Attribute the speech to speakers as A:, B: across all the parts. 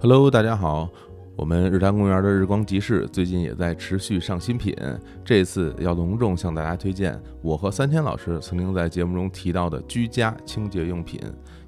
A: Hello，大家好，我们日坛公园的日光集市最近也在持续上新品，这次要隆重向大家推荐我和三千老师曾经在节目中提到的居家清洁用品，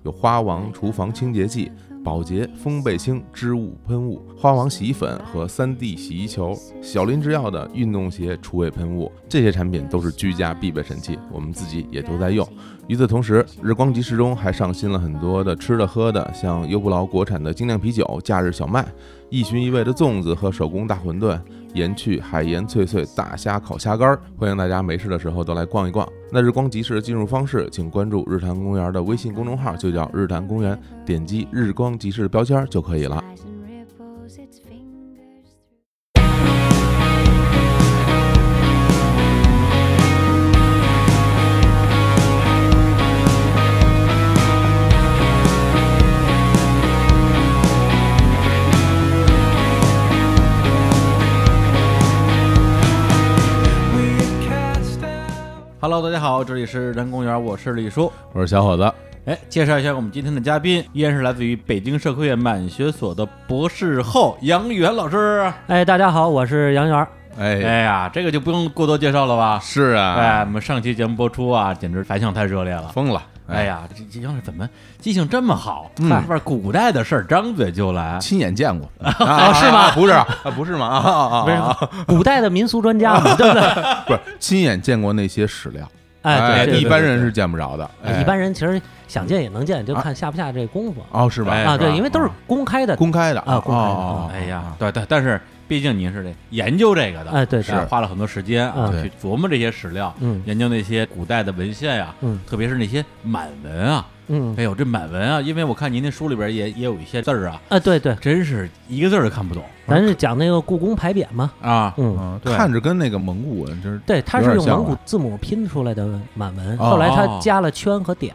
A: 有花王厨房清洁剂、宝洁风贝清织物喷雾、花王洗衣粉和三 D 洗衣球、小林制药的运动鞋除味喷雾，这些产品都是居家必备神器，我们自己也都在用。与此同时，日光集市中还上新了很多的吃的喝的，像优布劳国产的精酿啤酒、假日小麦、一寻一味的粽子和手工大馄饨，盐趣海盐脆脆大虾烤虾干儿。欢迎大家没事的时候都来逛一逛。那日光集市的进入方式，请关注日坛公园的微信公众号，就叫日坛公园，点击日光集市的标签儿就可以了。
B: Hello，大家好，这里是人公园，我是李叔。
A: 我是小伙子，
B: 哎，介绍一下我们今天的嘉宾，依然是来自于北京社科院满学所的博士后杨元老师。
C: 哎，大家好，我是杨元儿。
A: 哎，
B: 哎呀，这个就不用过多介绍了吧？
A: 是
B: 哎，
A: 啊
B: 我，们上期节目播出啊，简直反响太热烈了。
A: 疯了，
B: 哎，呀，这这杨老师怎么记性这么好？
A: 嗯
B: 这边古代的事儿张嘴就来。
A: 亲眼见过啊？是吗？不是啊，不是吗？啊啊啊！
C: 不是古代的民俗专家嘛，对不对？
A: 不是亲眼见过那些史料，
C: 哎，对，
B: 对
A: 一
C: 对
A: 般人是见不着的，
C: 对
A: 哎
C: 一般人其实想见也能见，就看下不下这功夫
A: 哦是吧？
B: 哎
C: 啊。
A: 吧
C: 对，因为都是
A: 哦
C: 公开的，
A: 公开的
C: 啊公开的
A: 哦啊
B: 哎呀，，对对，但是毕竟您是得研究这个的，
C: 哎对
B: 是
C: 对
B: 花了很多时间啊，
A: 嗯
B: 去琢磨这些史料，
C: 嗯
B: 研究那些古代的文献呀，
C: 嗯
B: 特别是那些满文啊，
C: 嗯
B: 哎呦，这满文啊，因为我看您那书里边也也有一些字儿啊，
C: 啊，对对，
B: 真是一个字儿都看不懂
C: 咱是讲那个故宫牌匾嘛，
B: 啊。
C: 嗯，
A: 嗯，
B: 对
A: 看着跟那个蒙古文真是
C: 对，它
A: 有
C: 是
A: 点
C: 用
A: 像
C: 蒙古
A: 吧
C: 字母拼出来的满文，
A: 哦
C: 后来它
B: 哦
C: 加了圈和点，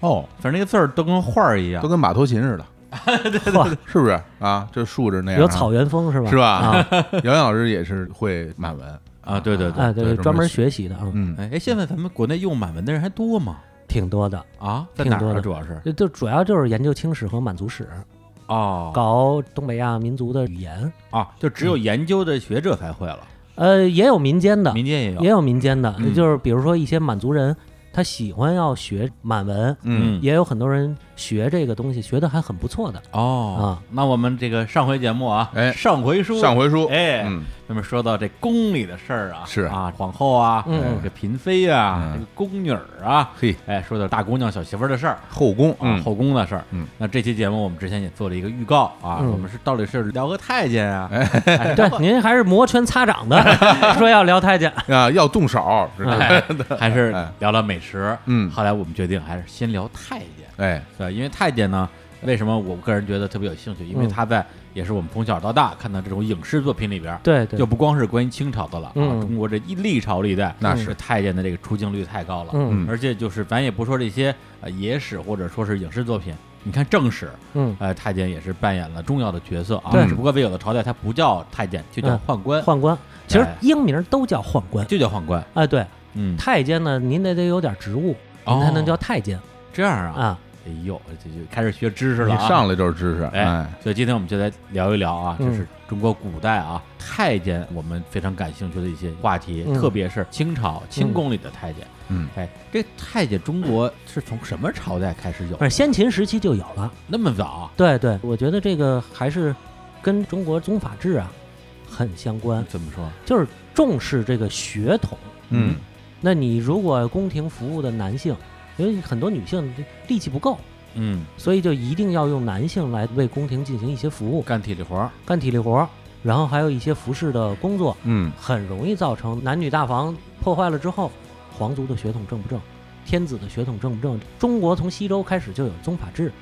A: 哦，
B: 反正那个字儿都跟画儿一样
A: 都，跟马头琴似的，
C: 哇，
A: 是不是啊？这竖着那样啊
C: 有草原风是吧？
A: 是吧
C: 啊，
A: 杨洋老师也是会满文
B: 啊对对对
C: 哎，对对，专
A: 专
C: 门。学习的啊，
A: 嗯，
B: 哎，哎现在咱们国内用满文的人还多吗？
C: 挺多的，
B: 啊，在
C: 挺
B: 哪
C: 多
B: 儿啊？
C: 的
B: 主要是
C: 就就主要就是研究清史和满族史，
B: 哦
C: 搞东北亚民族的语言，
B: 啊，就只有研究的学者才会了，
C: 呃，也有民间
A: 嗯
C: 的，
B: 民间也有
C: 也。有民间的，
B: 嗯
C: 就是比如说一些满族人，他喜欢要学满文，
A: 嗯，
C: 也有很多人学这个东西，学的还很不错的。
B: 哦那我们这个上回节目啊，
A: 啊哎
B: 上回书，
A: 上回书，
B: 哎，
A: 嗯，
B: 那么说到这宫里的事儿啊，
A: 是
B: 啊，皇后啊，
C: 嗯
B: 这嫔妃啊，
A: 嗯
B: 这个宫女儿啊，
A: 嘿，
B: 哎，说到大姑娘小媳妇儿的事儿。
A: 后宫
B: 啊，
A: 嗯
B: 后宫的事儿。
A: 嗯，
B: 那这期节目我们之前也做了一个预告啊，
C: 嗯
B: 我们是到底是聊个太监啊，
A: 哎
B: 哎
C: 对，您还是摩拳 擦掌的说要聊太监，
A: 啊，要动手，是吧
B: 哎 还是聊聊美食。
A: 嗯
B: 后来我们决定还是先聊太监，
A: 哎，
B: 对，因为太监呢，为什么我个人觉得特别有兴趣？因为
C: 嗯
B: 他在也是我们从小到大看到这种影视作品里边，
C: 对对
B: 就，不光是关于清朝的了啊，
C: 嗯
B: 中国这一历朝历代，
A: 那
B: 是太监的这个出镜率太高了。
C: 嗯
B: 而且就是咱也不说这些呃野史或者说是影视作品，你看正史，
C: 嗯，
B: 呃，太监也是扮演了重要的角色啊。
C: 对
B: 只不过在有的朝代它不叫太监，就叫
C: 嗯
B: 宦官，
C: 宦官其实
B: 哎
C: 英名都叫宦官。
B: 就叫宦官。
C: 哎，对，
B: 嗯，
C: 太监呢，您得得有点职务，您才
B: 哦
C: 能叫太监
B: 这样啊。
C: 啊。
B: 哎呦，这就开始学知识
A: 你
B: 了啊！
A: 上来就是知识，
B: 哎
A: 哎，
B: 所以今天我们就来聊一聊啊，
C: 嗯
B: 就是中国古代啊太监，我们非常感兴趣的一些话题，
C: 嗯
B: 特别是清朝清宫里的太监。
A: 嗯，
B: 哎，这太监中国是从什么朝代开始有
C: 反？正先秦时期就有了。
B: 那么早？啊
C: 对对，我觉得这个还是跟中国宗法制啊很相关，
B: 怎么说？
C: 就是重视这个血统。
A: 嗯，
C: 那你如果宫廷服务的男性，因为很多女性力气不够，
B: 嗯，
C: 所以就一定要用男性来为宫廷进行一些服务，
B: 干体力活儿。
C: 干体力活儿，然后还有一些服饰的工作，
A: 嗯，
C: 很容易造成男女大防破坏了之后，皇族的血统正不正，天子的血统正不正？中国从西周开始就有宗法制，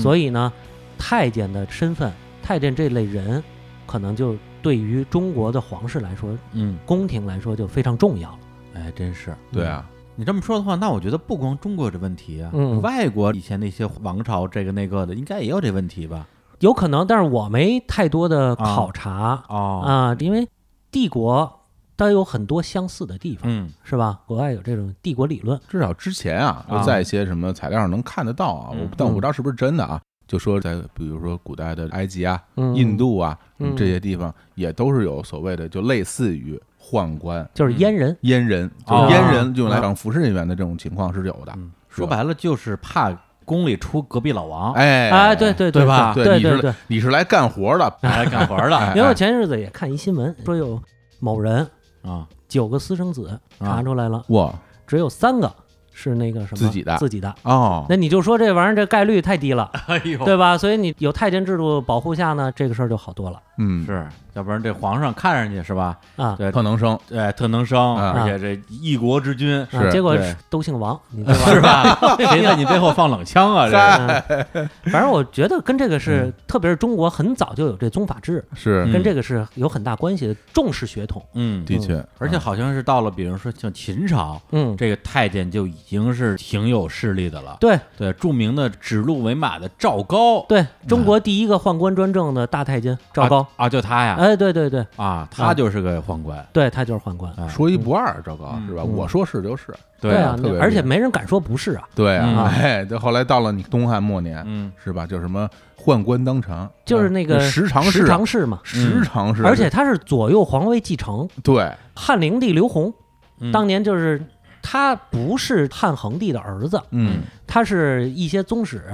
C: 所
B: 以，
C: 以呢，太监的身份，太监这类人，可能就对于中国的皇室来说，
B: 嗯，
C: 宫廷来说就非常重要了。
B: 哎，真是。
A: 对啊，
B: 你这么说的话，那我觉得不光中国这问题啊，
C: 嗯
B: 外国以前那些王朝这个那个的，应该也有这问题吧？
C: 有可能，但是我没太多的考察啊
B: 哦，
C: 因为帝国它有很多相似的地方，
B: 嗯，
C: 是吧？国外有这种帝国理论，
A: 至少之前啊，
B: 啊
A: 就在一些什么材料上能看得到啊，
B: 嗯
A: 我但我不知道是不是真的啊。
D: 就说在比如说古代的埃及啊、
C: 嗯
D: 印度啊、
C: 嗯
D: 这些地方，也都是有所谓的，就类似于宦官、
C: 就是阉人，
D: 阉人，就
B: 哦
D: 是阉人用来当服侍人员的这种情况是有的。
B: 嗯说白了就是怕宫里出隔壁老王，
D: 哎
C: 哎，对对
B: 对吧
D: 对
C: 对
D: 你是
C: 对对，
D: 你是来干活的，
B: 来干活的
D: 哎
C: 因为我前日子也看一新闻，说有某人
B: 啊，
C: 九个私生子查出来了，
D: 哇
C: 只有三个是那个什
D: 啊
C: 么
D: 自己的
C: 自己的。
D: 哦，
C: 那你就说这玩意儿这概率太低了，
B: 哎呦，
C: 对吧？所以你有太监制度保护下呢，这个事儿就好多了
D: 嗯，
B: 是，要不然这皇上看上去是吧？
C: 啊。
B: 对，
D: 特能生，
B: 对，特能生，
D: 啊
B: 而且这一国之 君
D: 是
C: 啊，结果
B: 对
C: 都姓王，你知道吧？
B: 是吧？ 谁在你背后放冷枪啊？这是
C: 嗯， 反正我觉得跟这个是，特别是中国很早就有这宗法制，
D: 是
B: 嗯
C: 跟这个是有很大关系的，重视血统。
B: 嗯，
D: 的确，
B: 而且好像是到了，比如说像秦朝，
C: 嗯，
B: 这个太监就已经是挺有势力的了。
C: 对
B: 对，著名的指鹿为马的赵高，
C: 对，中国第一个宦官专政的大太监赵高，
B: 啊，就他呀，
C: 哎，对对对
B: 啊，他就是个宦官，
C: 对，他就是宦官。
B: 哎
D: 嗯说一不二，赵高
B: 嗯
D: 是吧？
C: 嗯
D: 我说是就是，
B: 对
C: 啊
D: 特别，
C: 而且
D: 厉害
C: 没人敢说不是啊，
D: 对
B: 嗯
D: 啊，哎，这后来到了你东汉末年，
B: 嗯，
D: 是吧？就什么宦官当常，
C: 就是
A: 嗯
C: 那个
D: 十常侍
C: 十
D: 啊，
C: 常侍嘛。
D: 十常侍，
A: 啊
C: 而且他是左右皇位继承，
D: 对，
C: 汉灵帝刘宏
B: 嗯
C: 当年就是他不是汉恒帝的儿子，
D: 嗯
C: 他是一些宗室，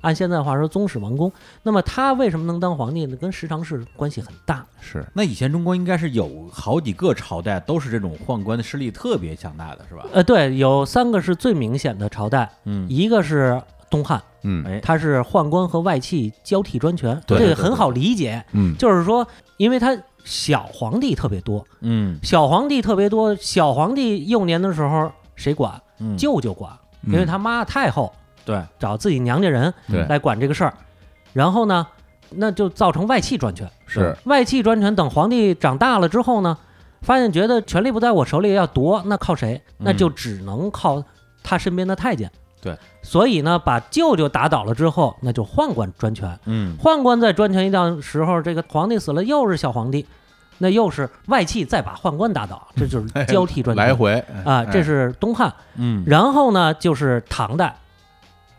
C: 按现在话说宗室王公。那么他为什么能当皇帝呢？跟十常侍关系很大。
D: 是，
B: 那以前中国应该是有好几个朝代都是这种宦官的势力特别强大的，是吧？
C: 呃，对，有三个是最明显的朝代，
B: 嗯，
C: 一个是东汉，
D: 嗯
B: 哎，
C: 它是宦官和外戚交替专权，
D: 对
C: 这
D: 对
C: 个
D: 对
C: 很好理解。
D: 嗯
C: 就是说，因为他小皇帝特别多，
B: 嗯
C: 小皇帝特别多，小皇帝幼年的时候谁管？
B: 嗯，
C: 舅舅管，
D: 嗯
C: 因为他妈太后
B: 对，
C: 找自己娘家人
D: 对
C: 来管这个事儿，然后呢，那就造成外戚专权。
D: 嗯是
C: 外戚专权，等皇帝长大了之后呢，发现觉得权力不在我手里，要夺，那靠谁？
D: 嗯
C: 那就只能靠他身边的太监。
B: 对，
C: 所以呢，把舅舅打倒了之后，那就宦官专权。
B: 嗯
C: 宦官在专权一段时候，这个皇帝死了，又是小皇帝，那又是外戚再把宦官打倒，这 就是交替专权。
D: 哎来回哎
C: 啊，这是东汉。
B: 嗯，
C: 然后呢，就是唐代，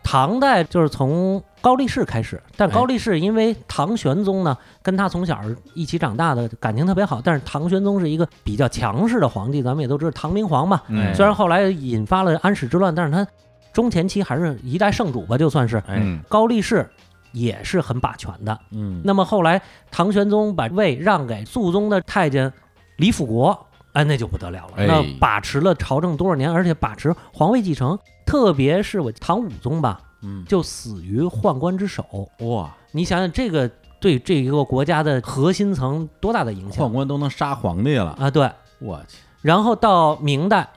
C: 唐代就是从高力士开始，但高力士因为唐玄宗呢，跟他从小一起长大的感情特别好，但是唐玄宗是一个比较强势的皇帝，咱们也都知道唐明皇嘛，
D: 嗯
B: 哎
C: 虽然后来引发了安史之乱，但是他中前期还是一代圣主吧，就算是
B: 哎，
D: 嗯
C: 高力士。也是很把权的。
B: 嗯，
C: 那么后来唐玄宗把位让给肃宗的太监李辅国，哎，那就不得了了，
D: 哎
C: 那把持了朝政多少年，而且把持皇位继承，特别是我唐武宗吧，
B: 嗯，
C: 就死于宦官之手。
B: 哇，
C: 你想想，这个对这一个国家的核心层多大的影
B: 宦
C: 响
B: 官都能杀皇帝了，
C: 啊？对。
B: 我去，
C: 然后到明代，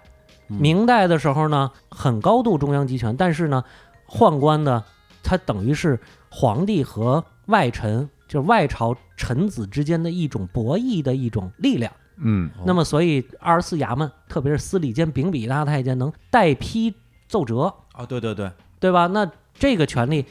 B: 嗯
C: 明代的时候呢，很高度中央集权，但是呢，宦官呢，他等于是皇帝和外臣，就是外朝臣子之间的一种博弈的一种力量。
D: 嗯
B: 哦
C: 那么，所以二十四衙门，特别是司礼监、秉笔大太监，能代批奏折，
B: 啊，对对对，
C: 对吧？那这个权力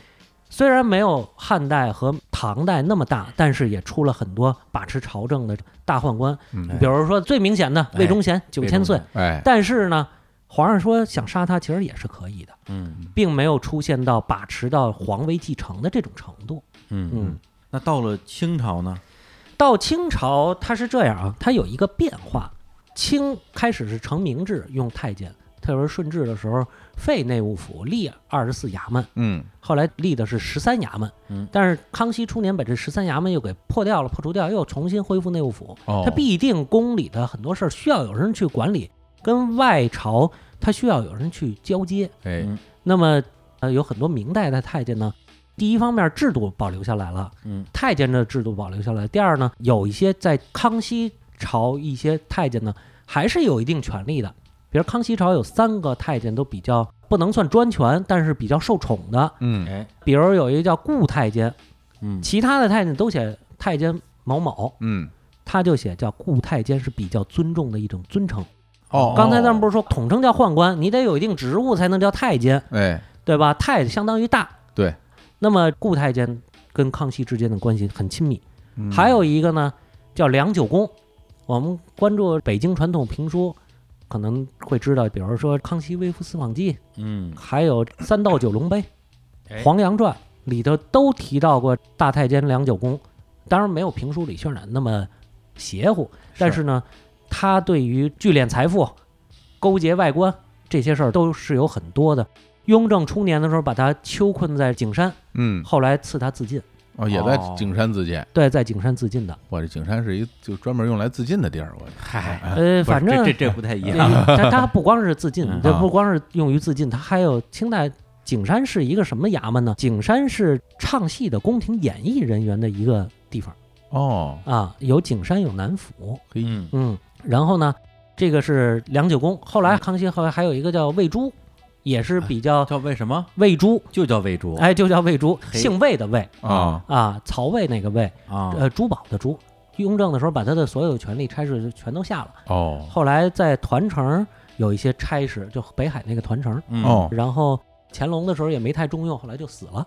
C: 虽然没有汉代和唐代那么大，但是也出了很多把持朝政的大宦官，
D: 嗯
A: 哎
C: 比如说最明显的
B: 哎
C: 魏忠贤九
B: 魏
C: 千
B: 忠
C: 岁
B: 贤，
D: 哎
C: 但是呢，皇上说想杀他其实也是可以的，
B: 嗯
C: 并没有出现到把持到皇位继承的这种程度。
B: 嗯
C: 嗯，
B: 那到了清朝呢？
C: 到清朝它是这样啊，它有一个变化。清开始是成明制，用太监，特别是顺治的时候废内务府，立二十四衙门，
D: 嗯
C: 后来立的是十三衙门。
B: 嗯
C: 但是康熙初年把这十三衙门又给破掉了，破除掉，又重新恢复内务府。
D: 哦，
C: 它必定宫里的很多事儿需要有人去管理，跟外朝它需要有人去交接。
D: 哎
B: 嗯
C: 那么，呃，有很多明代的太监呢，第一方面制度保留下来了，
B: 嗯，
C: 太监的制度保留下来；第二呢，有一些在康熙朝一些太监呢，还是有一定权力的，比如康熙朝有三个太监都比较不能算专权，但是比较受宠的，
D: 嗯
B: 哎，
C: 比如有一个叫顾太监，
B: 嗯
C: 其他的太监都写太监某某，
D: 嗯
C: 他就写叫顾太监是比较尊重的一种尊称。
D: 哦，
C: 刚才咱们
D: 不
C: 不是说统称叫宦官，你得有一定职务才能叫太监。
D: 哎
C: 对吧？太相当于大。
D: 对。
C: 那么顾太监跟康熙之间的关系很亲密。
D: 嗯
C: 还有一个呢，叫梁九公。我们关注北京传统评书，可能会知道，比如说《康熙微服私访记》，
B: 嗯
C: 还有《三到九龙杯
B: 哎》
C: 《黄羊传》里头都提到过大太监良久公，当然没有评书里渲染那么邪乎，但是呢，他对于聚敛财富、勾结外官这些事儿都是有很多的。雍正初年的时候，把他囚困在景山，
D: 嗯，
C: 后来赐他自尽。
D: 哦，也在
B: 哦
D: 景山自尽。
C: 对，在景山自尽
B: 啊
C: 的。
D: 哇，这景山是一就专门用来自尽的地儿，我
B: 嗨，
C: 呃，
B: 不是
C: 反正哎
B: 这这这不太一
C: 对
B: 样，
C: 他他不光是自尽
B: 嗯，
C: 这不光是用于自尽，他还有清代景山是一个什么衙门呢？景山是唱戏的宫廷演艺人员的一个地方
D: 哦，
C: 啊，有景山有南府，
B: 嗯嗯
C: 嗯，然后呢，这个是良久公，后来康熙后来还有一个叫魏珠，也是
B: 哎
C: 比较
B: 叫为什么
C: 魏珠，
B: 就叫为主
C: 哎，就叫魏珠，
B: 哦嘿
C: 姓魏的魏
D: 啊，
C: 啊，曹魏那个魏，
B: 啊？
C: 呃，珠宝的珠。雍正的时候，把他的所有权力差事全都下了。
D: 哦，
C: 后来在团城有一些差事，就北海那个团城。
B: 嗯，
D: 哦，
C: 然后乾隆的时候也没太重用，后来就死了。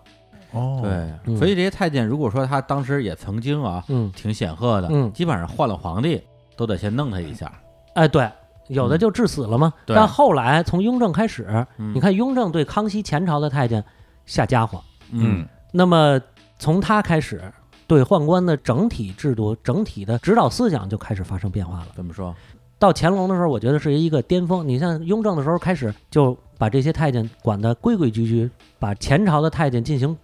D: 哦，，
B: 对，
C: 嗯
B: 所以这些太监如果说他当时也曾经啊
C: 嗯，
B: 挺显赫的，
C: 嗯
B: 基本上换了皇帝都得先弄他一下，
C: 哎，对，有的就致死了嘛。
B: 嗯对
C: 但后来从雍正开始，
B: 嗯
C: 你看雍正对康熙前朝的太监下家伙，
B: 嗯，
C: 那么从他开始，对宦官的整体制度、整体的指导思想就开始发生变化了。
B: 怎么说？
C: 到乾隆的时候，我觉得是一个巅峰。你像雍正的时候开始，就把这些太监管得规规矩矩，把前朝的太监进行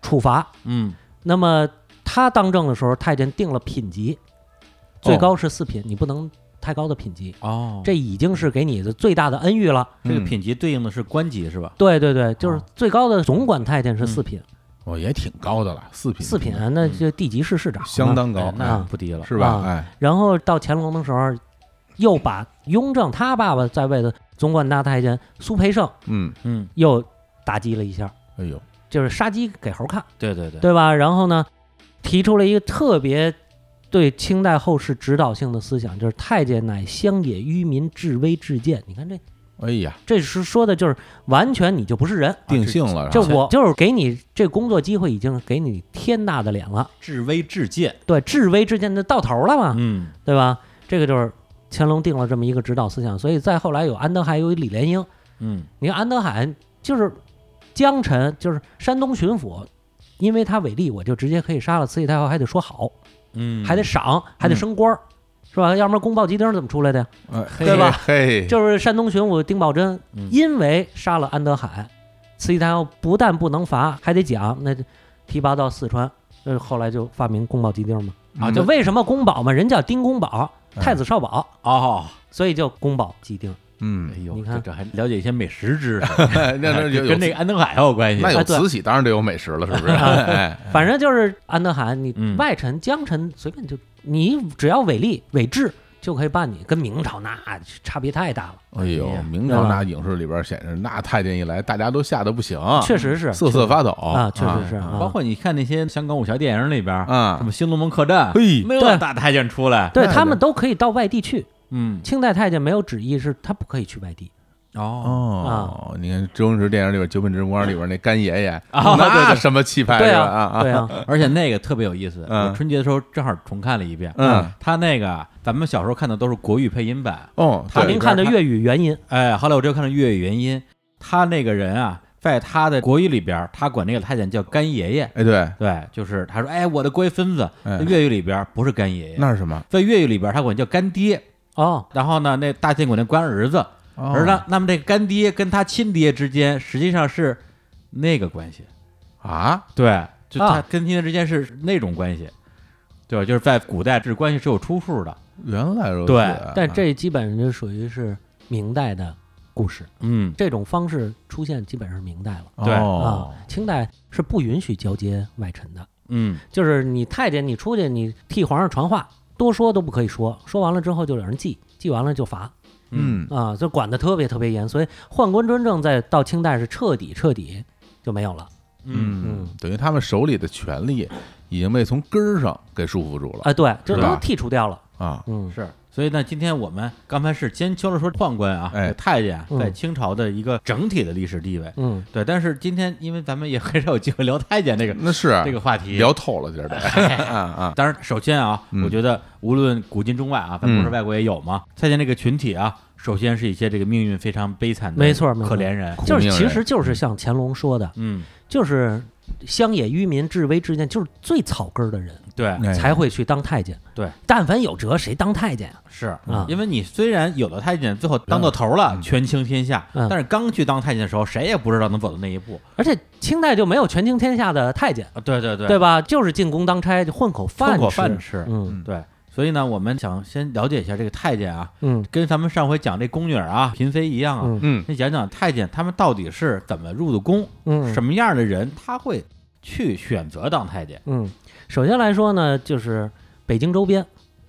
C: 处罚。
B: 嗯，
C: 那么他当政的时候，太监定了品级，最高是四品，你不能太高的品级，
B: 哦，
C: 这已经是给你的最大的恩遇了。
B: 这个
D: 嗯
B: 品级对应的是官级是吧？
C: 对对对，就是
D: 啊
C: 最高的总管太监是四品，
D: 哦，也挺高的了，四品，
C: 四品啊那就地级市市长嘛，
D: 嗯相当高
B: 哎，那
C: 嗯
B: 不低了，
D: 是吧？
C: 啊
D: 哎，
C: 然后到乾隆的时候，又把雍正他爸爸在位的总管大太监苏培盛
D: 嗯，
B: 嗯，
C: 又打击了一下，
D: 哎呦，
C: 就是杀鸡给猴看，
B: 对对对，
C: 对吧？然后呢，提出了一个特别对清代后世指导性的思想，就是太监乃乡野愚民治威治贱。你看这，
D: 哎呀，
C: 这是说的就是完全你就不是人，
D: 定性了，
C: 啊就是
D: 吧
C: 我就是给你这工作机会已经给你天大的脸了，
B: 至微至贱，
C: 对，治威治贱的到头了嘛，
B: 嗯，
C: 对吧？这个就是乾隆定了这么一个指导思想，所以再后来有安德海，有李莲英，
B: 嗯，
C: 你看安德海就是江臣，就是山东巡抚，因为他违例，我就直接可以杀了慈禧太后，还得说好，
B: 嗯，
C: 还得赏，还得升官儿，是吧？要不然宫爆鸡丁怎么出来的呀？
D: 哎
B: 对吧
D: 嘿，
C: 就是山东巡抚丁宝桢，
B: 嗯
C: 因为杀了安德海，慈禧太后不但不能罚，还得奖，那就提拔到四川。呃，后来就发明宫保鸡丁嘛，
D: 啊
C: 就为什么宫保嘛，人叫丁公保，太子少保，
B: 哦，
C: 所以叫宫保鸡丁。
B: 哎
D: 嗯，哎
B: 呦，
C: 你看
B: 这这还了解一些美食知识，
D: 那那有
B: 跟那个安登海还有关系
D: 那。有
C: 哎对
D: 慈禧，当然得有美食了，是不是？ 哎，
C: 反正就是安德海，你
B: 嗯
C: 外臣、江臣随便就，你只要违例违制就可以办你，跟明朝那差别太大了，
D: 哎呦
B: 哎呀，
D: 明朝
C: 对吧
D: 那影视里边显示，那太监一来，大家都吓得不行，
A: 啊
C: 确实是
A: 嗯
D: 瑟瑟发抖
C: 啊，确实嗯是
B: 包括你看那些香港武侠电影里边，
D: 啊
B: 什么《新龙门客栈》，
D: 嘿
B: 那大太监出来，
C: 对
D: 那
C: 他们都可以到外地去。
B: 嗯，
C: 清代太监没有旨意是他不可以去外地，
B: 哦，
C: 啊
D: 哦，你看周星驰电影里边《九品芝麻官》里边那干 爷爷，
B: 啊对
D: 那
B: 对
D: 什么气
A: 哎
D: 派
C: 对
D: 是吧
C: 啊，
D: 啊
C: 对
D: 啊，
C: 啊，
B: 而且那个特别有意思，
D: 嗯
B: 我春节的时候正好重看了一遍。
D: 嗯，
B: 他那个咱们小时候看的都是国语配音版，
D: 哦，
B: 他
D: 对
C: 您看的粤语原音，
B: 哎，后来我就看了粤语原音，他那个人啊，在他的国语里边，他管那个太监叫干爷爷，
D: 哎对，
B: 对，就是他说，哎，我的国语孙子，
D: 哎
B: 在粤语里边不是干爷爷，
D: 那是什么？
B: 在粤语里边他管叫干爹，
C: 哦，
B: 然后呢，那大监管那干儿子，
D: 哦
B: 而那那么这个干爹跟他亲爹之间实际上是那个关系，
D: 啊，
B: 对，就他
C: 啊
B: 跟亲爹之间是那种关系，对吧？就是在古代这关系是有出处的，
D: 原来如此。
B: 对
A: 啊
C: 但这基本就属于是明代的故事，
B: 嗯，
C: 这种方式出现基本上是明代了
B: 对
D: 哦
C: 啊，，清代是不允许交接外臣的，
B: 嗯，
C: 就是你太监你出去你替皇上传话，多说都不可以说，说完了之后就有人记，记完了就罚
D: 嗯，
C: 啊，就管得特别特别严，所以宦官专政在到清代是彻底彻底就没有了，
B: 嗯
D: 嗯，等于他们手里的权力已经被从根儿上给束缚住了
C: 啊，对，就是都
D: 吧
C: 剔除掉了，
D: 啊。
C: 嗯，
B: 是。所以呢，今天我们刚才是先说了说宦官啊，
D: 哎
B: 太监啊
C: 嗯
B: 在清朝的一个整体的历史地位，
C: 嗯，
B: 对。但是今天因为咱们也很少有机会聊太监这个
D: 那是
B: 这个话题，
D: 啊聊透了，今儿 得啊啊，
B: 当然，首先啊，
D: 嗯
B: 我觉得无论古今中外啊，咱不是外国也有嘛，太监这个群体啊，首先是一些这个命运非常悲惨的，
C: 没错没错
B: 可怜人，
D: 苦
C: 就是
D: 命
C: 其
D: 人
C: 实就是像乾隆说的，
B: 嗯，
C: 就是乡野愚民治威治贱，就是最草根儿的人
B: 对，
A: 哎
C: 才会去当太监。
B: 对，
C: 但凡有辙，谁当太监啊？
B: 是
C: 啊
B: 因为你虽然有了太监，最后当到头了，
A: 嗯
B: 权倾天下，
C: 嗯
B: 但是刚去当太监的时候，谁也不知道能走到那一步
C: 而且清代就没有权倾天下的太监，
B: 啊！对对对
C: 对吧？就是进宫当差，就混口
B: 混
C: 饭
B: 口
C: 吃。
B: 饭吃，
C: 嗯
B: 对。所以呢，我们想先了解一下这个太监啊，
C: 嗯
B: 跟咱们上回讲这宫女儿啊、嫔妃一样啊，
C: 嗯
D: 嗯
B: 先讲讲太监他们到底是怎么入的宫，
C: 嗯，
B: 什么样的人他会去选择当太监？
C: 嗯，首先来说呢，就是北京周边。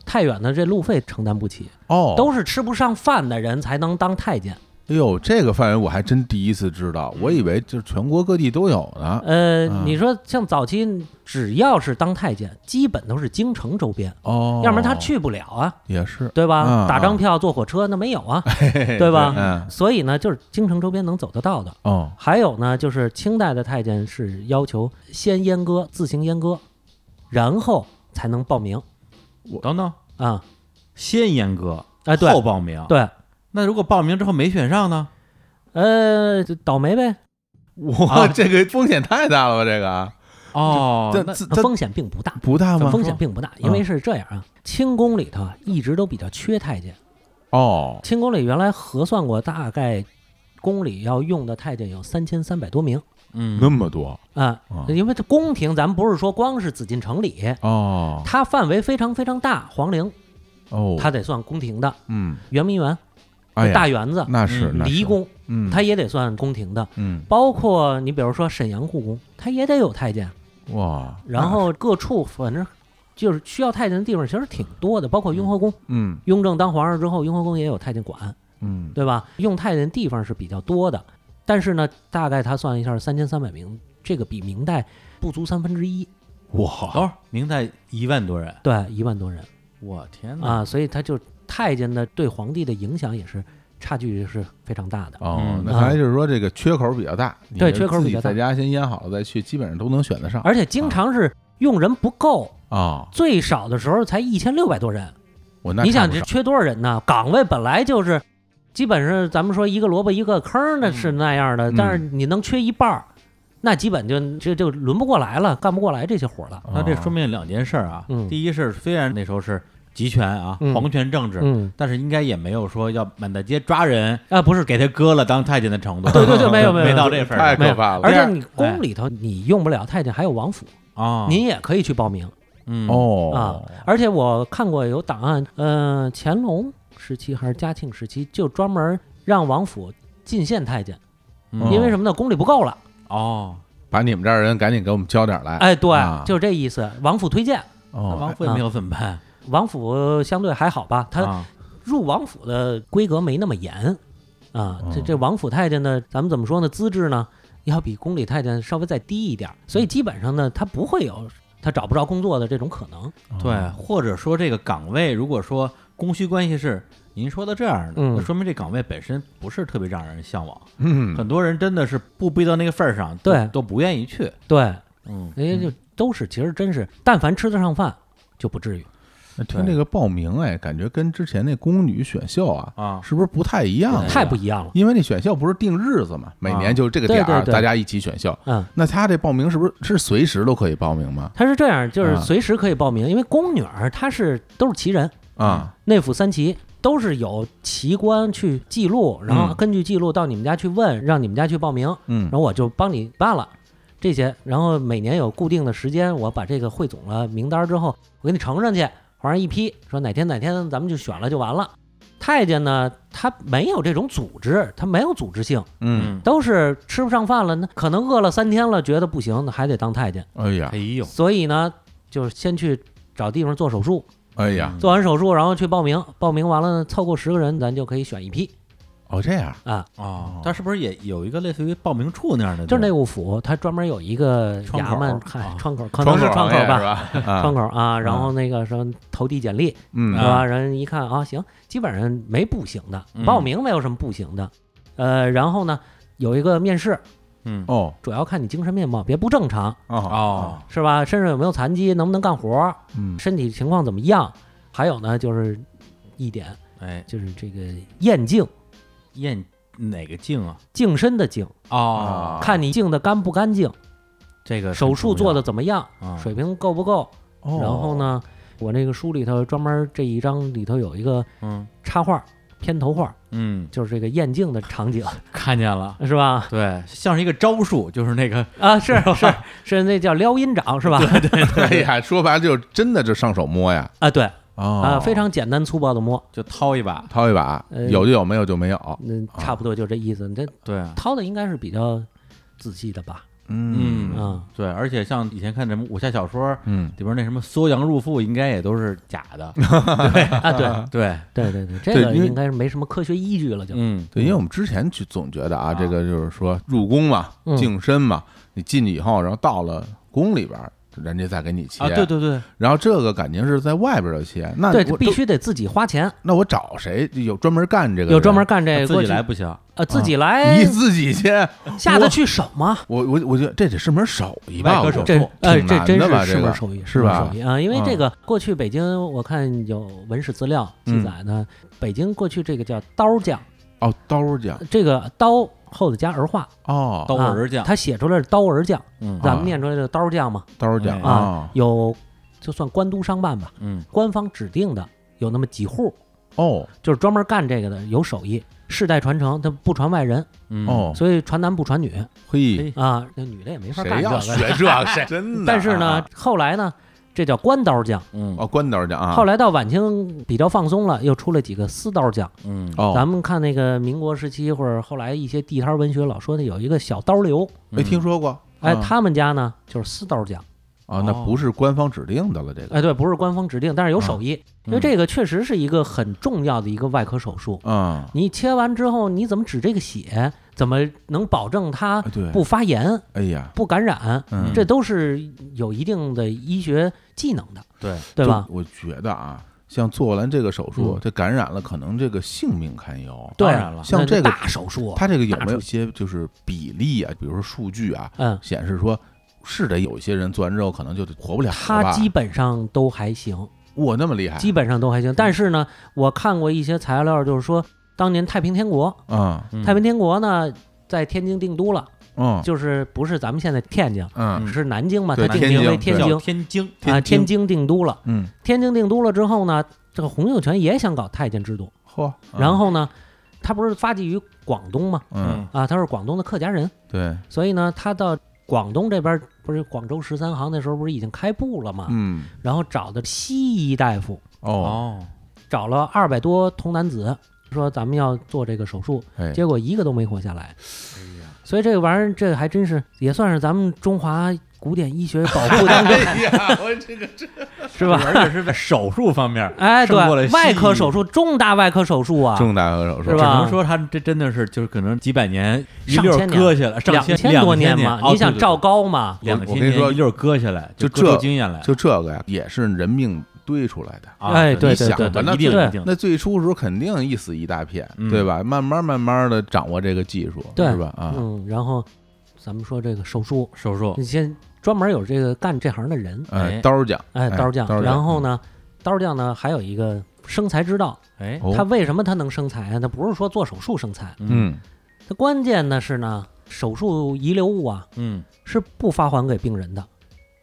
C: 太远的这路费承担不起，
A: 哦，
C: 都是吃不上饭的人才能当太监。
A: 哎呦，这个范围我还真第一次知道，我以为就是全国各地都有呢。
C: 呃，
A: 啊
C: 你说像早期只要是当太监，基本都是京城周边，
A: 哦，
C: 要不然他去不了啊，
A: 也是，
C: 对吧？
A: 嗯
C: 打张票坐火车那没有啊，
A: 对
C: 吧
A: 嗯，
C: 所以呢，就是京城周边能走得到的。
A: 哦，
C: 还有呢，就是清代的太监是要求先阉割，自行阉割，然后才能报名
B: 等等，
C: 啊。
B: 先阉割，
C: 哎，对
B: 后报名。
C: 对，
B: 那如果报名之后没选上呢？
C: 呃，就倒霉呗，
A: 哇，这个风险太大了吧？这个，啊
B: 哦，
A: 这
B: 那
A: 这这
C: 风险并不大，
A: 不啊大吗？
C: 风险并不大，因为是这样啊，清宫里头啊一直都比较缺太监。
A: 哦，
C: 清宫里原来核算过，大概宫里要用的太监有三千三百多名
B: 嗯，
A: 那么多
C: 啊、
A: 啊
C: 因为这宫廷，咱们不是说光是紫禁城里，
A: 哦
C: 它范围非常非常大，皇陵
A: 哦，
C: 它得算宫廷的，
A: 嗯，
C: 圆明园、
A: 哎呀，
C: 大园子、
A: 那是
B: 嗯
A: 那是
C: 离，宫，
A: 嗯，
C: 它也得算宫廷的。
A: 嗯
C: 包括你比如说沈阳故宫，它也得有太监，
A: 哇，
C: 然后各处反正就是需要太监的地方其实挺多的，包括雍和宫，
A: 嗯
C: 雍正当皇上之后，雍和宫也有太监馆，
A: 嗯，
C: 对吧？用太监地方是比较多的，但是呢，大概他算一下三千三百名，这个比明代不足三分之一，
A: 哇，
B: 等会儿明代一万多人，
C: 对，一万多人
B: 我天哪！
C: 啊，所以他就太监的对皇帝的影响也是差距是非常大的。
A: 哦，
B: 嗯
A: 那看来就是说这个缺口比较大，你
C: 对
A: 就
C: 缺口
A: 自
C: 比
A: 己
C: 较大
A: 在家先腌好了再去，基本上都能选得上
C: 而且经常是用人不够，
A: 啊。
C: 最少的时候才一千六百多人。
A: 我那
C: 你想
A: 看不
C: 这
A: 上
C: 缺多少人呢？岗位本来就是，基本上咱们说一个萝卜一个坑儿的是那样的，
A: 嗯
C: 但是你能缺一半儿，那基本就就就轮不过来了，干不过来这些活儿了。
B: 那这
A: 哦
B: 说明两件事儿啊，
C: 啊嗯
B: 第一是虽然那时候是集权啊，
C: 嗯
B: 皇权政治，
C: 嗯
B: 但是应该也没有说要满大街抓人，
C: 啊，不是，
B: 给他割了当太监的程度。
C: 对对 对没有没有
B: 到这份儿
A: 太
B: 上
A: 可怕了
C: 而
B: 第
C: 且
B: 二
C: 你宫里头你用不了太监，还有王府，
B: 啊，
C: 您也可以去报名
B: 嗯
C: 啊
A: 哦。
C: 而且我看过有档案，嗯，乾隆时期还是嘉庆时期，就专门让王府进献太监，
A: 哦
B: 嗯
C: 因为什么呢？宫里不够了。
B: 哦，
A: 把你们这儿人赶紧给我们交点儿来。
C: 哎，对
A: 啊，
C: 就是这意思。王府推荐，
B: 那
A: 哦，
B: 王府也没有怎么办？
C: 王府相对还好吧，啊 他
B: 啊
C: 入王府的规格没那么严啊
A: 哦。
C: 这这王府太监呢，咱们怎么说呢？资质呢，要比宫里太监稍微再低一点儿，所以基本上呢，他不会有他找不着工作的这种可能。
A: 哦
B: 对，
C: 嗯啊
B: 或者说这个岗位，如果说供需关系是您说的这样的，
C: 嗯
B: 那说明这岗位本身不是特别让人向往，
A: 嗯，
B: 很多人真的是不逼到那个份儿上，都
C: 对
B: 都不愿意去。
C: 对，
B: 嗯，
C: 人家就都是，其实真是，但凡吃得上饭，就不至于。
A: 那听这个报名，哎，感觉跟之前那宫女选秀啊，
B: 啊，
A: 是不是不太一样
B: 对
A: 了？
C: 哦太不一样了。啊
A: 因为那选秀不是定日子嘛，每年就这个点
C: 对
A: 儿，
C: 对对
A: 大家一起选秀。
C: 嗯，
A: 那他这报名是不是是随时都可以报名吗？
C: 他是这样，就是
A: 啊
C: 随时可以报名，因为宫女儿她是都是旗人，
A: 啊，
C: 内府三旗都是有旗官去记录，然后
A: 嗯
C: 根据记录到你们家去问，让你们家去报名，
A: 嗯
C: 然，后我就帮你办了这些。然后每年有固定的时间，我把这个汇总了名单之后，我给你呈上去，皇上一批，说哪天哪天咱们就选了就完了。太监呢，他没有这种组织，他没有组织性，
A: 嗯，
C: 都是吃不上饭了，那可能饿了三天了，觉得不行，那还得当太监，
A: 哎呀
B: 哎，呦，
C: 所以呢，就是先去找地方做手术，
A: 哎
B: 嗯
A: 呀，
C: 做完手术，然后去报名，报名完了呢，凑够十个人，咱就可以选一批。
A: 哦这 样，
B: 哦，他是不是也有一个类似于报名处那样的地
C: 就
B: 方？
C: 是内务府，它专门有一个
B: 窗
C: 衙
B: 口
C: 门，嗨
B: 啊，
C: 窗口可能是窗口
A: 行业
C: 吧，
A: 是吧？啊
C: 窗，口啊，然后那个什么投递简历是
A: 嗯
B: 啊
C: 吧？人一看啊，行，基本上没不行的
B: 嗯，
C: 报名没有什么不行的。呃，然后呢，有一个面试，
B: 嗯
A: 哦
C: 主要看你精神面貌，别不正常，
A: 哦
B: 哦，
C: 是吧？身上有没有残疾，能不能干活，
A: 嗯
C: 身体情况怎么样？还有呢，就是一点，
B: 哎，
C: 就是这个砚净，
B: 验哪个镜啊？
C: 净身的净，
B: 哦，
C: 看你净的干不干净，
B: 这个
C: 手术做的
B: 的
C: 怎么样，
B: 啊
C: 水平够不够。
A: 哦
C: 然后？呢，我那个书里头专门这一章里头有一个
B: 嗯
C: 插画片头画，
B: 嗯，
C: 就是这个砚镜的场景，
B: 看见了，
C: 是吧？
B: 对，像是一个招数，就是那个
C: 啊， 是是是，那叫撩阴掌是吧？
A: 哎呀，说白了就是真的就上手摸呀，
C: 啊，对
A: 啊
C: 啊，非常简单粗暴的摸，
B: 就掏一把，
A: 掏一把，
C: 呃
A: 有就有，没有就没有。
C: 嗯，差不多就这意思。你这
B: 对啊，
C: 掏的应该是比较仔细的吧？
B: 嗯
C: 啊，
B: 对，而且像以前看什么武侠小说
A: 嗯，
B: 里边那什么缩阳入腹，应该也都是假 的，
C: 啊，对
B: 对，
C: 对对对，这
A: 对
C: 个
A: 因为
C: 应该是没什么科学依据了，就
B: 嗯
A: 对，因为我们之前就总觉得啊，
B: 啊
A: 这个就是说入宫嘛
C: 嗯，
A: 净身嘛，你进去以后，然后到了宫里边儿，人家再给你切。
B: 啊，对对对，
A: 然后这个感情是在外边儿就切，那
C: 对，
A: 我
C: 必
A: 这
C: 须得自己花钱，
A: 那我找谁有专门干这个？
C: 有专门，干这
B: 啊自
C: 个
B: 己来，不行，
C: 呃，自己
A: 你
C: 来
A: 自己切。
C: 下得去手吗？
A: 我我我觉得这得是门手艺吧，
B: 外科
A: 我
B: 手
A: 觉
B: 术
A: 得挺
B: 错
C: 这哎，这
A: 难
C: 真
A: 的吧
C: 是
A: 这
C: 是
A: 个
C: 门手艺，
A: 是
C: 是门
A: 吧
C: 手艺啊！因为这
A: 嗯
C: 个过去北京，我看有文史资料记载呢，北京过去这个叫刀匠，
A: 哦，刀匠
C: 这个刀后头加儿化，
A: 哦，
B: 刀儿匠
C: 啊，他写出来是刀儿匠，
B: 嗯
A: 啊
C: 咱们念出来的刀匠嘛，
A: 刀匠
B: 哎
A: 啊，
C: 有就算官督商办吧，
B: 嗯
C: 官方指定的有那么几户，
A: 哦
C: 就是专门干这个的，有手艺。世代传承，他不传外人，
B: 嗯，
A: 哦，
C: 所以传男不传女
A: 嘿，
B: 哎
C: 啊。那女的也没法干
A: 谁
C: 这
A: 要
C: 个。
A: 学这个？ 谁真的？啊
C: 但是呢，，后来呢，这叫官刀匠。
B: 嗯
A: 哦，关刀匠啊，
C: 后来到晚清比较放松了，又出了几个私刀匠。
B: 嗯
A: 哦，
C: 咱们看那个民国时期或者后来一些地摊文学老说的有一个小刀流，
A: 没
B: 嗯
A: 听说过。
C: 哎，
A: 啊
C: 他们家呢就是私刀匠，
A: 啊，那
B: 哦
A: 不是官方指定的了，这个
C: 哎，对，不是官方指定，但是有手艺，因
B: 嗯
C: 为这个确实是一个很重要的一个外科手术。
A: 啊，
C: 你切完之后，你怎么止这个血？怎么能保证它
A: 啊对，
C: 不，发炎、
A: 哎呀，
C: 不感染？
A: 嗯，
C: 这都是有一定的医学技能的，
B: 对，
C: 对吧
A: 就？我觉得啊，像做完这个手术
C: 嗯，
A: 这感染了，可能这个性命堪忧。
C: 对，
B: 当然了
A: 像
C: 那
A: 这个
C: 大手术，
A: 它这个有
C: 大
A: 没有
C: 出
A: 一些就是比例啊，比如说数据啊，
C: 嗯，
A: 显示说是得有一些人做完之后可能就活不了了
C: 他
A: 吧？哎
C: 基本上都还行，
A: 我那么厉害，
C: 基本上都还行。但是呢，我看过一些材料，就是说当年太平天国，
A: 嗯
B: 嗯
C: 太平天国呢在天津定都了，
A: 嗯
C: 就是不是咱们现在天津，
A: 嗯
B: 嗯
C: 是南京嘛，它
A: 对
C: 定
A: 南
C: 名
A: 京对
C: 为天
B: 叫
C: 津
B: 天津，
C: 啊，天津定都了。
A: 嗯，
C: 天津定都了之后呢，这个洪秀全也想搞太监制度，
A: 嚯，
C: 然后呢，他不是发迹于广东嘛，
A: 嗯，
C: 啊，他是广东的客家人，
A: 对，
C: 所以呢，他到广东这边不是广州十三行那时候不是已经开埠了嘛，
A: 嗯
C: 然后找的西医大夫。
A: 哦，
B: 哦，
C: 找了二百多童男子，说咱们要做这个手术，
A: 哎，
C: 结果一个都没活下来。所以这个玩意儿，这还真是也算是咱们中华古典医学保 护的，
A: 哎呀，我这个
C: 是吧？
B: 而且是在手术 方面，
C: 哎，
B: 胜过了
C: 对，
B: 西医
C: 外科手术，重大外科手术啊，
A: 重大和手术
C: 是
B: 只
C: 吧
B: 能说他这真的是就是可能几百年一
C: 上
B: 溜
C: 千年
B: 割下来，上
C: 两
B: 千哦
C: 千多年嘛，你想赵
B: 赵
C: 高嘛，
B: 两
A: 我
B: 千
A: 跟你说
B: 年一溜割下来，
A: 就
B: 割出
A: 这
B: 经验来，
A: 就这个呀，哎也是人命堆出来的。
B: 啊
C: 哎对
B: 你
C: 对
B: 想
C: 对
B: 吧
A: 对
B: 一定
C: 对
B: 一定，
A: 那最初时候肯定一死一大片，
B: 嗯
A: 对吧？慢慢慢慢的掌握这个技术，
C: 对
A: 是吧？啊，
C: 嗯，然后咱们说这个手术，
B: 手术
C: 你先专门有这个干这行的人，
A: 呃
B: 哎，
A: 刀匠，哎
C: 哎，刀匠
A: 刀，匠
C: 然后呢，刀匠呢还有一个生财之道，
B: 哎
A: 哦
C: 他为什么他能生财啊？他不是说做手术生财，
A: 嗯，
C: 它关键的是呢，手术遗留物啊
B: 嗯
C: 是不发还给病人的，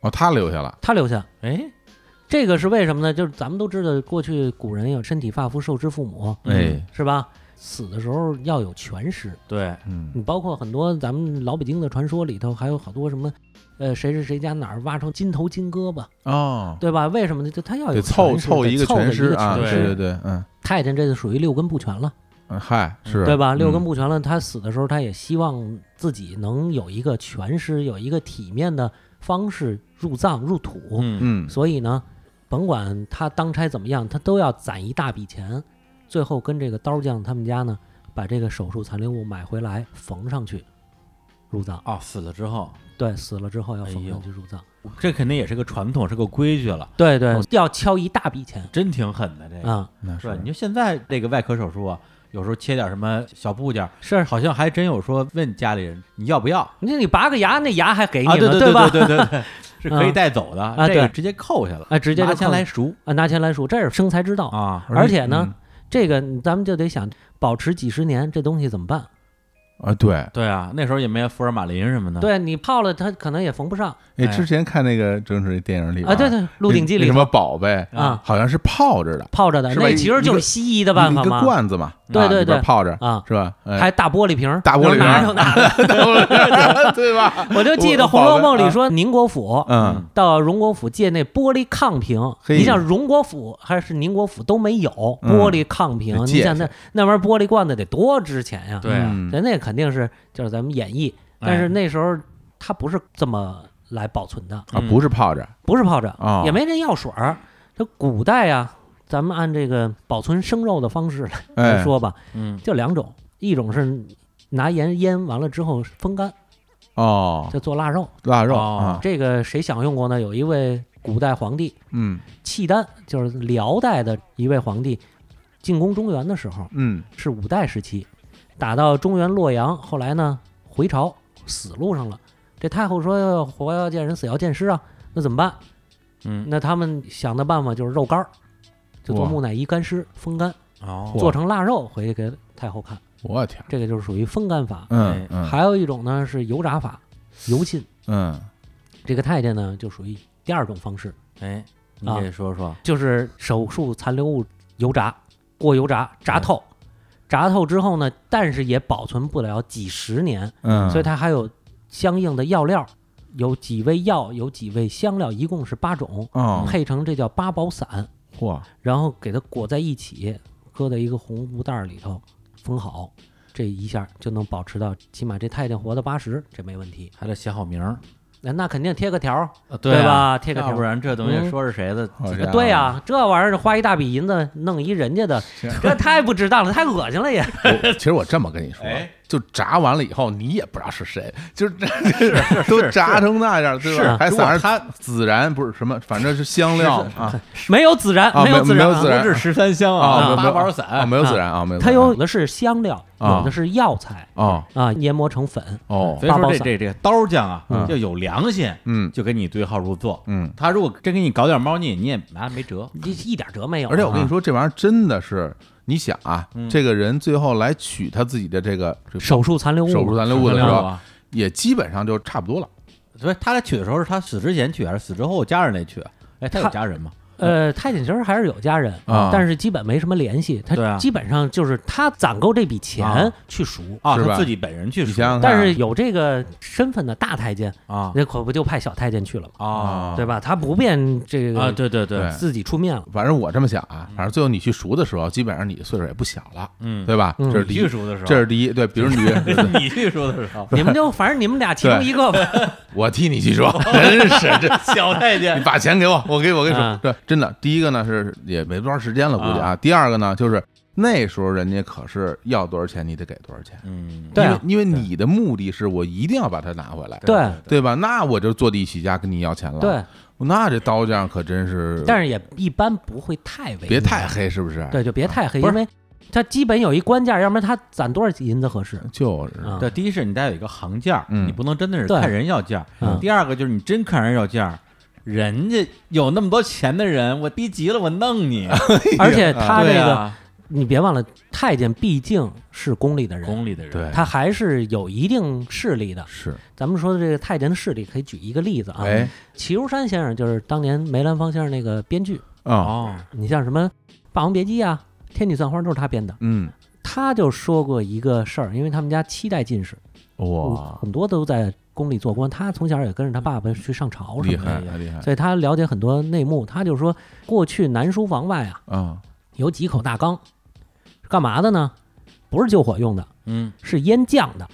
A: 哦，他留下了，
C: 他留下。
B: 哎
C: 这个是为什么呢？就是咱们都知道，过去古人有“身体发肤受之父母
B: 嗯
A: 哎，”，
C: 是吧？死的时候要有全尸。
B: 对
A: 嗯，
C: 你包括很多咱们老北京的传说里头，还有好多什么，呃，谁谁谁家哪儿挖出金头金胳膊，
A: 哦，
C: 嗯对吧？为什么呢？就他要有
A: 得凑
C: 全尸
A: 凑
C: 得
A: 一个
C: 凑着
A: 全尸啊，
C: 全
B: 对
A: 对对对，嗯，
C: 太监这就属于六根不全了，
A: 嗯嗨，是，
C: 对吧？六
A: 嗯
C: 根不全了，他死的时候他也希望自己能有一个全尸，有一个体面的方式入葬入土。
B: 嗯
A: 嗯，
C: 所以呢，甭管他当差怎么样，他都要攒一大笔钱，最后跟这个刀匠他们家呢，把这个手术残留物买回来缝上去入葬。
B: 哦死了之后，
C: 对，死了之后要
B: 哎
C: 缝
B: 呦哦
C: 上去入葬。
B: 这肯定也是个传统，是个规矩了，
C: 对对，要敲一大笔钱
B: 真挺狠的这个，
C: 啊、
A: 那
B: 是吧？你就现在这个外科手术啊，有时候切点什么小部件，
C: 是，
B: 好像还真有说问家里人你要不要。
C: 你你拔个牙，那牙还给你
B: 啊，
C: 了，
B: 对对
C: 吧？
B: 对对对 对，是可以
C: 嗯
B: 带走的，
C: 啊
B: 这个
C: 对
B: 直接扣下了，
C: 啊，直接就
B: 拿钱
C: 扣
B: 来赎
C: 啊，拿钱来赎，这是生财之道。
B: 啊，
C: 而且呢，这个咱们就得想保持几十年，这东西怎么办？
A: 啊，对，
B: 对啊，那时候也没有福尔马林什么的。
C: 对你泡了，它可能也缝不上
A: 哎，
B: 哎
A: 之前看那个正是电影里
C: 啊。对对，《鹿鼎记》
A: 那
C: 里
A: 什么宝贝，
C: 啊，
A: 好像是泡着的，
C: 泡着的，
A: 是吧
C: 那其实就是西医的办法
A: 一个
C: 嘛。
A: 罐子嘛，
C: 对
A: 啊
C: 对
A: 里边
C: 对
A: 泡着
C: 啊，
A: 是吧？哎
C: 还大玻璃瓶儿，
A: 大玻璃瓶儿
C: 拿着拿 着。
A: 对吧？
C: 我就记得 《
A: 我
C: 红楼梦》
A: 宝贝
C: 里
A: 啊
C: 说，宁国府
A: 嗯，
C: 到荣国府借那玻璃炕瓶，
A: 嘿
C: 你像荣国府还是宁国府都没有
A: 嗯
C: 玻璃炕瓶，
A: 得
C: 你
A: 借
C: 想那那玩意儿玻璃罐子得多值钱呀？
B: 对啊，
A: 嗯
C: 人那肯定是就是咱们演绎，但
A: 哎
C: 是那时候它不是这么来保存的，
A: 啊，不是泡着，
C: 不是泡着，
A: 哦
C: 也没这药水儿。这古代啊，咱们按这个保存生肉的方式来来
A: 哎，
C: 说吧，
B: 嗯，
C: 就两种，一种是拿盐腌完了之后风干，
A: 哦，
C: 就做腊肉。
A: 腊肉啊，
B: 哦
C: 这个谁享用过呢？有一位古代皇帝
A: 嗯
C: 契丹，就是辽代的一位皇帝，进攻中原的时候
A: 嗯，
C: 是五代时期，打到中原洛阳，后来呢回朝死路上了。这太后说活要见人，死要见尸啊，那怎么办？
B: 嗯
C: 那他们想的办法就是肉干儿，就做
A: 哇
C: 木乃伊干尸风干，
B: 哦，
C: 做成腊肉回去给太后看，
A: 我天，
C: 这个就是属于风干法。
B: 哎
A: 嗯嗯
C: 还有一种呢是油炸法，油浸。
A: 嗯，
C: 这个太监呢就属于第二种方式，
B: 哎，你
C: 啊
B: 给说说，
C: 就是手术残留物油炸，过油炸炸透，
A: 嗯
C: 炸透之后呢，但是也保存不了几十年，
A: 嗯，
C: 所以它还有相应的药料，有几味药，有几味香料，一共是八种，
A: 哦，
B: 嗯
C: 配成这叫八宝散，
A: 嚯，
C: 然后给它裹在一起，搁在一个红布袋儿里头封好。这一下就能保持到，起码这太监活到八十，这没问题。
B: 还得写好名儿，
C: 那那肯定贴个条儿，
B: 啊
C: 呃对
B: 啊
C: 吧？贴个条
B: 要
C: 儿
B: 不，然这东西
C: 嗯
B: 说是谁的？
A: 好家伙
C: 对呀、，这玩意儿花一大笔银子弄一人 家的，这太不值当了，太恶心了也。
A: 我其实我这么跟你说
B: 哎，
A: 就炸完了以后，你也不知道是谁， 就是 都炸成那样，对
B: 啊
A: 吧？还
C: 是
A: 撒上它孜然不是什么，反正是香料啊
C: 没有孜然，
A: 啊
C: 有孜然
A: 没有孜
C: 啊。
A: 然
B: 是十三香
A: 啊
C: 没有
B: 八宝
A: 啊，
B: 散，
A: 没有孜然啊，没有孜然，
C: 它有的是香料，
A: 啊
C: 有的是药材
A: 哦
C: 啊，研磨成粉。
A: 哦
B: 所以
C: 八宝
B: 说这
C: 散
B: 这这刀匠啊
A: 嗯，
B: 就有良心，
A: 嗯
B: 就给你对号入座。
A: 嗯，
B: 他如果真给你搞点猫腻，你也拿没辙。
C: 一一点辙没有啊。
A: 而且我跟你说，这玩意儿真的是，你想啊，
B: 嗯
A: 这个人最后来取他自己的这个这个
C: 手术残留物，
A: 手术残留物
B: 不
A: 的时
B: 能
A: 候，
B: 啊！
A: 也基本上就差不多了。
B: 所以他来取的时候，是他死之前取还是死之后家人来取？哎，他有
C: 他
B: 家人吗？
C: 呃，太监其实还是有家人
A: 啊
C: 但是基本没什么联系。
B: 对
C: 他
B: 啊
C: 基本上就是他攒够这笔钱
B: 啊
C: 去赎，
B: 啊，
A: 是吧
B: 他自己本人去
A: 你
B: 赎
A: 想想看啊，
C: 但是有这个身份的大太监，
B: 啊
C: 那可不就派小太监去了
B: 啊
C: 吗？
A: 啊
C: 对吧？他不便这
B: 啊！
C: 个
B: 对对对
A: 对，
C: 自己出 面了。
A: 反正我这么想啊，反正最后你去赎的时候，基本上你岁数也不小了，
B: 嗯，
A: 对吧？
C: 嗯
A: 这是
B: 你
A: 第
B: 去
A: 一，
B: 赎的时候，
A: 这是第一，对，比如 你
B: 你去赎的 时候，
C: 你们就反正你们俩其中一个吧。
A: 我替你 去说，真是这。
B: 小太
A: 你
B: 监
A: 把钱给我，我给我跟你说
B: 嗯
C: 啊，
A: 这真的，第一个呢是也没多长时间了，估计啊。第二个呢就是那时候人家可是要多少钱你得给多少钱，
B: 嗯，
C: 对啊
A: 因为因为你的目的是我一定要把它拿回来，
C: 对
A: 嗯对吧？那我就坐地起价跟你要钱了。
C: 对，，
A: 那这刀匠可真是，
C: 但是也一般不会太为
A: 别
C: 难
A: 太黑，是不是？，
C: 对，就别太黑，
A: 不
C: 因
A: 是
C: 为它基本有一官价，要不然它攒多少银子合适
A: 就是
C: 啊？
B: 对，第一是你得有一个行价，
A: 嗯
B: 你不能真的是
C: 对
B: 看人要价
C: 嗯。
B: 第二个就是你真看人要价，人家有那么多钱的人，我逼急了我弄你。
A: 啊
C: 而且 他这
B: 对
C: 个、
B: 啊
C: 你别忘了，太监毕竟是宫里的人，
B: 宫里的人，
A: 对，
C: 他还是有一定势力的。
A: 是
C: 咱们说的这个太监的势力，可以举一个例子啊，
A: 哎
C: 齐如山先生就是当年梅兰芳先生那个编剧，
A: 啊
B: 哦，
C: 你像什么《霸王别姬》啊，《天女散花》都是他编的。
A: 嗯
C: 他就说过一个事儿，因为他们家七代进士，
A: 哇，
C: 很多都在宫里做官，他从小也跟着他爸爸去上朝哦什
A: 厉
C: 么的
A: 害，厉害
C: 所以他了解很多内幕。他就说，过去南书房外啊，
A: 啊
C: 有几口大缸，是干嘛的呢？不是救火用的，
B: 嗯，
C: 是腌酱的。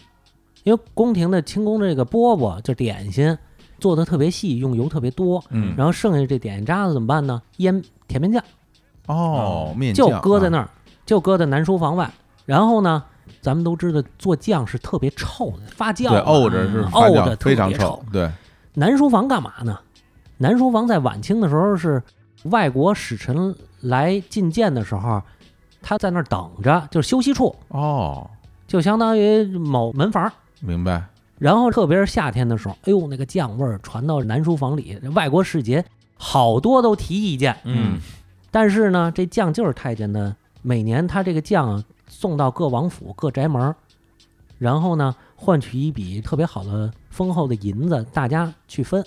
C: 因为宫廷的清宫这个饽饽就点心做的特别细，用油特别多，
A: 嗯
C: 然后剩下这点心渣子怎么办呢？腌甜面酱，
A: 哦，面
C: 嗯就
A: 酱
C: 搁在
A: 啊
C: 那儿，就搁在南书房外。然后呢，咱们都知道做酱是特别臭的，发酵
A: 对，哦
C: 嘛
A: 沤着是
B: 嗯
A: 发
C: 啊沤
A: 酵
C: 着
A: 非常
C: 特别臭
A: 对，
C: 南书房干嘛呢？南书房在晚清的时候是外国使臣来觐见的时候，他在那儿等着，就是休息处，
A: 哦，
C: 就相当于某门房。
A: 明白，
C: 然后特别是夏天的时候，哎呦，那个酱味儿传到南书房里，外国使节好多都提意见，
B: 嗯，
C: 但是呢，这酱就是太监的每年他这个酱啊送到各王府、各宅门儿，然后呢换取一笔特别好的丰厚的银子，大家去分。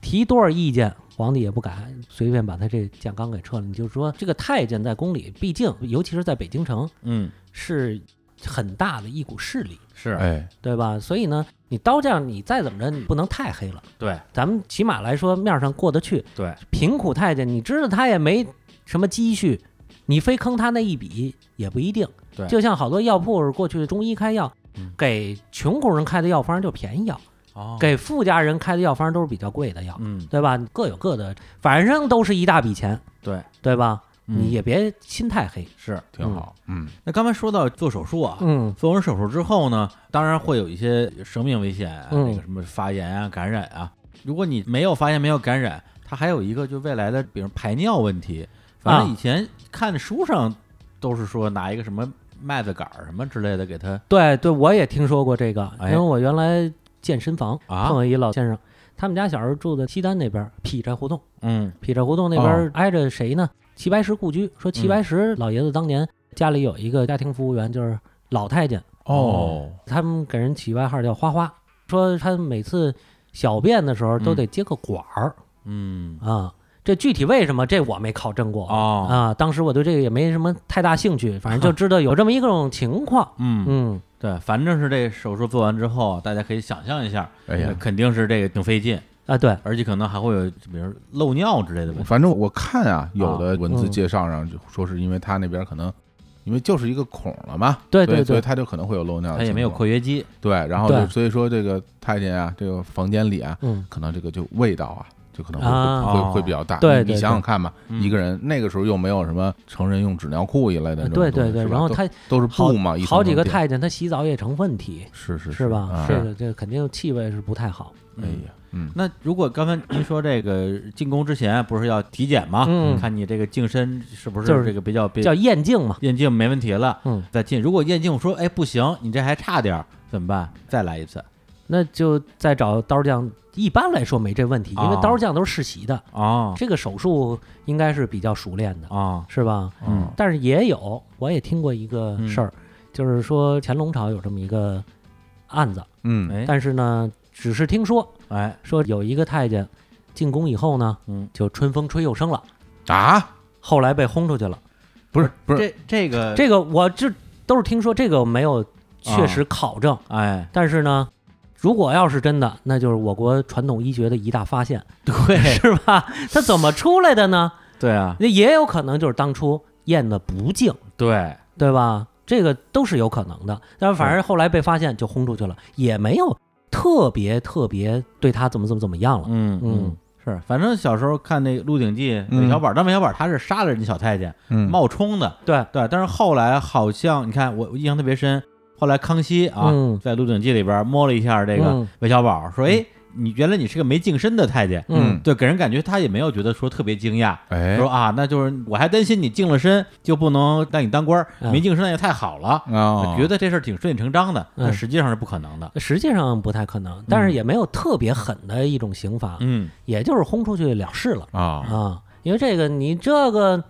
C: 提多少意见，皇帝也不敢随便把他这酱缸给撤了。你就说这个太监在宫里，毕竟尤其是在北京城
B: 嗯，
C: 是很大的一股势力，
B: 是
A: 哎，
C: 对吧？所以呢，你刀匠你再怎么着，你不能太黑了。
B: 对
C: 咱们起码来说面儿上过得去。
B: 对，
C: 贫苦太监，你知道他也没什么积蓄，你非坑他那一笔也不一定。
B: 对
C: 就像好多药铺儿过去中医开药
B: 嗯，
C: 给穷苦人开的药方就便宜药，
B: 哦，
C: 给富家人开的药方都是比较贵的药，
B: 嗯，
C: 对吧？各有各的，反正都是一大笔钱，
B: 对，
C: 对吧？
B: 嗯
C: 你也别心太黑。
B: 是。
A: 挺好，嗯，
B: 那刚才说到做手术啊，
C: 嗯
B: 做完手术之后呢，当然会有一些生命危险啊，
C: 嗯
B: 那个什么发炎啊、感染啊。如果你没有发炎、没有感染，它还有一个就未来的，比如排尿问题。反正以前看书上都是说拿一个什么麦子杆儿什么之类的给它
C: 对对，我也听说过这个，因
B: 哎
C: 为我原来健身房
B: 啊
C: 碰到一老先生，他们家小时候住在西单那边儿匹寨胡同。
B: 嗯
C: 匹寨胡同那
A: 哦
C: 边儿挨着谁呢？齐白石故居。
A: 嗯
C: 说齐白石老爷子当年家里有一个家庭服务员，就是老太监，
A: 哦，
C: 他们给人起外号叫花花。说他每次小便的时候都得接个管儿
B: 嗯
C: 啊。这具体为什么，这我没考证过
B: 哦
C: 啊。当时我对这个也没什么太大兴趣，反 正就知道有这么一种情况。
B: 嗯，
C: 嗯，
B: 对，反正是这手术做完之后，大家可以想象一下，
A: 哎呀，
B: 肯定是这个挺费劲，
C: 啊，对，
B: 而且可能还会有比如漏尿之类的问题。
A: 反正我看啊，有
B: 啊
A: 的文字
C: 嗯
A: 介绍上就说是因为他那边可能。因为就是一个孔了嘛，
C: 对
A: 所以
C: 对
A: 所以
C: 对
A: 他就可能会有漏尿的情况，
B: 它也没有括约肌，
A: 对，然后就
C: 对
A: 所以说这个太监啊，这个房间里啊，
C: 嗯，
A: 可能这个就味道啊，就可能会、
C: 啊
A: 会会比较大。
C: 对
A: 你
C: 对
A: 你想想看吧，
B: 哦嗯
A: 一个人那个时候又没有什么成人用纸尿裤一类的这种东
C: 对
A: 西，
C: 对对。
A: 是吧
C: 然后
A: 都
C: 他
A: 都是
C: 好
A: 布嘛，一层
C: 好几
A: 层
C: 个
A: 叠
C: 太监，他洗澡也成问题，
A: 是是
C: 是吧？
A: 啊
C: 是的，这肯定气味是不太好。
A: 哎呀，嗯，
B: 那如果刚才您说这个进宫之前不是要体检吗？
C: 嗯
B: 看你这个净身是不是
C: 就是
B: 这个比较比
C: 叫验镜嘛。
B: 验镜没问题了，
C: 嗯，
B: 再进。如果验镜说哎不行，你这还差点儿，怎么办？再来一次
C: 那就再找刀匠。一般来说没这问题，因为
B: 哦
C: 刀匠都是世袭的，
B: 啊
C: 这个手术应该是比较熟练的，
B: 啊
C: 是吧？
B: 嗯
C: 但是也有，我也听过一个事儿，就是说乾隆朝有这么一个案子，
A: 嗯
B: 哎
C: 但是呢，只是听说
B: 哎
C: 说有一个太监进宫以后呢，
B: 嗯，
C: 就春风吹又生了，
A: 啊，
C: 后来被轰出去了。
A: 不是不是，
B: 哎这这个
C: 这个我这都是听说，这个没有确
B: 哦
C: 实考证。
B: 哎
C: 但是呢，如果要是真的，那就是我国传统医学的一大发现，
B: 对
C: 是吧？它怎么出来的呢？
B: 对啊
C: 那也有可能就是当初验的不净，
B: 对
C: 对吧？这个都是有可能的。但是反正后来被发现就轰出去了，也没有特别特别对他怎么怎么怎么样了。
B: 嗯
C: 嗯。
B: 是，反正小时候看那个《鹿鼎记》，
A: 嗯
B: 韦小宝，但韦小宝他是杀了人家小太监，
A: 嗯，
B: 冒充的，
C: 对，
B: 对，但是后来好像你看我我印象特别深，后来康熙啊，
C: 嗯
B: 在《鹿鼎记》里边摸了一下这个
C: 嗯
B: 韦小宝，说：“哎，你原来你是个没净身的太监。
A: 嗯，
B: 对，给人感觉他也没有觉得说特别惊讶，
A: 哎
B: 说啊，那就是我还担心你净了身就不能让你当官儿，
C: 嗯哦
B: 没净身那也太好了，
A: 啊，
B: 觉得这事儿挺顺理成章的，但
C: 嗯
B: 实际上是不可能的。
C: 实际上不太可能，但是也没有特别狠的一种刑罚，
B: 嗯，
C: 也就是轰出去了事了。
A: 啊，
C: 啊，因为这个你这个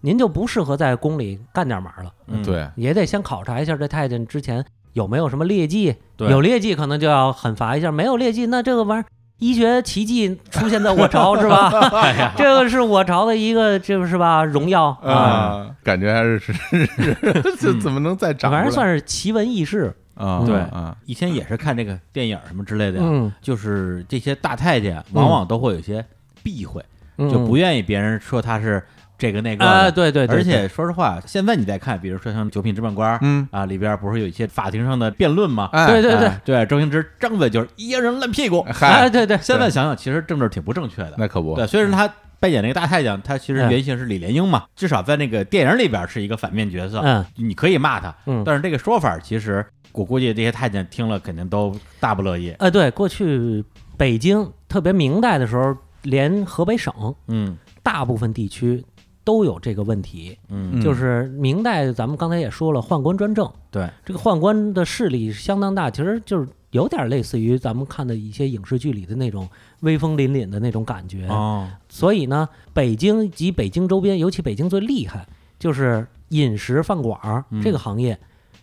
C: 您就不适合在宫里干点嘛了，
B: 嗯，
A: 对，
C: 也得先考察一下这太监之前有没有什么劣迹，
B: 对
C: 有劣迹可能就要狠罚一下，没有劣迹那这个玩意儿。医学奇迹出现在我朝是 吧？
B: 哎呀，
C: 这个是我朝的一个，这个是吧？荣耀啊，
A: 啊，感觉还是 是是是，这怎么能再长出来？
C: 嗯反正算是嗯奇闻异事。
A: 啊，
B: 对
A: 啊，
B: 以前也是看这个电影什么之类的呀，
C: 嗯，
B: 就是这些大太监往往都会有一些避讳，就不
C: 嗯
B: 愿意别人说他是这个那个的
C: 啊，对对对，
B: 而
C: 对
B: 且说实话，现在你再看，比如说像《九品芝麻官》
A: 嗯，
B: 啊，里边不是有一些法庭上的辩论吗？
A: 哎，
C: 对对对
B: 哎，对，周星驰张嘴就是一人烂屁股。
C: 哎
A: 嗨，
C: 对对，
B: 现在想想，其实政治挺不正确的。
A: 那嗯可不
B: 对，，虽然他扮演那个大太监，他其实
C: 嗯
B: 原型是李莲英嘛，至少在那个电影里边是一个反面角色，
C: 嗯
B: 你可以骂他，
C: 嗯，
B: 但是这个说法其实我估计这些太监听了肯定都大不乐意。
C: 呃，对，过去北京特别明代的时候，连河北省
B: 嗯
C: 大部分地区都有这个问题，
B: 嗯
A: 嗯
C: 就是明代咱们刚才也说了，宦官专政，
B: 对，
C: 这个宦官的势力相当大，其实就是有点类似于咱们看的一些影视剧里的那种威风凛
A: 嗯
C: 凛的那种感觉。
B: 哦，
C: 所以呢，北京及北京周边，尤其北京最厉害，就是饮食饭馆儿
B: 嗯
C: 这个行业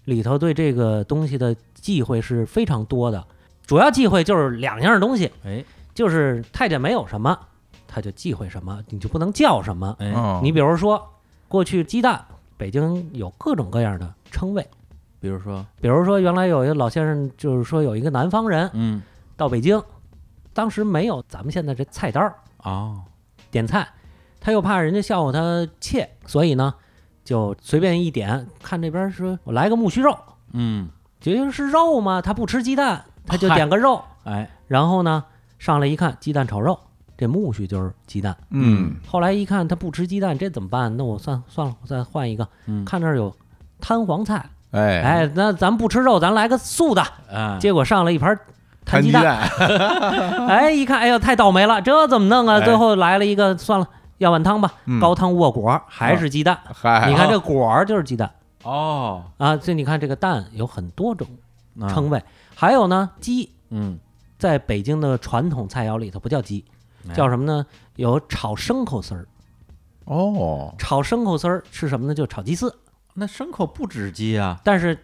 C: 里头对这个东西的忌讳是非常多的。主要忌讳就是两样东西，
B: 哎
C: 就是太监没有什么，他就忌讳什么，你就不能叫什么。
B: 哎，
A: 哦，
C: 你比如说，过去鸡蛋，北京有各种各样的称谓。
B: 比如说，
C: 比如说，原来有一个老先生，就是说有一个南方人
B: 嗯
C: 到北京，当时没有咱们现在这菜单儿
B: 哦，
C: 点菜，他又怕人家笑话他怯，所以呢，就随便一点，看这边说我来个木须肉，
B: 嗯，
C: 觉得是肉吗？他不吃鸡蛋，他就
B: 嗨
C: 点个肉，
B: 哎，
C: 然后呢，上来一看鸡蛋炒肉，这木须就是鸡蛋。
A: 嗯
C: 后来一看他不吃鸡蛋，这怎么办？那我算算了，我再换一个。
B: 嗯
C: 看这儿有摊黄菜，
A: 哎嗯
C: 哎，那咱不吃肉，咱来个素的。
B: 啊，
C: 结果上了一盘摊
A: 摊
C: 鸡
A: 鸡
C: 蛋，
A: 蛋，
C: 哎，一看，哎呦，太倒霉了，这怎么弄啊？
A: 哎
C: 最后来了一个，算了，要碗汤吧，
A: 嗯哎
C: 高汤卧果还是鸡蛋。
A: 嗨，
C: 你看这果儿就是鸡蛋
B: 哦，
C: 啊，所以你看这个蛋有很多种
B: 那
C: 称谓，还有呢，鸡
B: 嗯
C: 在北京的传统菜肴里头不叫鸡
B: 哎，
C: 叫什么呢？有炒牲口丝儿，
A: 哦，
C: 炒牲口丝儿是什么呢？就炒鸡丝，
B: 那牲口不止鸡啊，
C: 但是。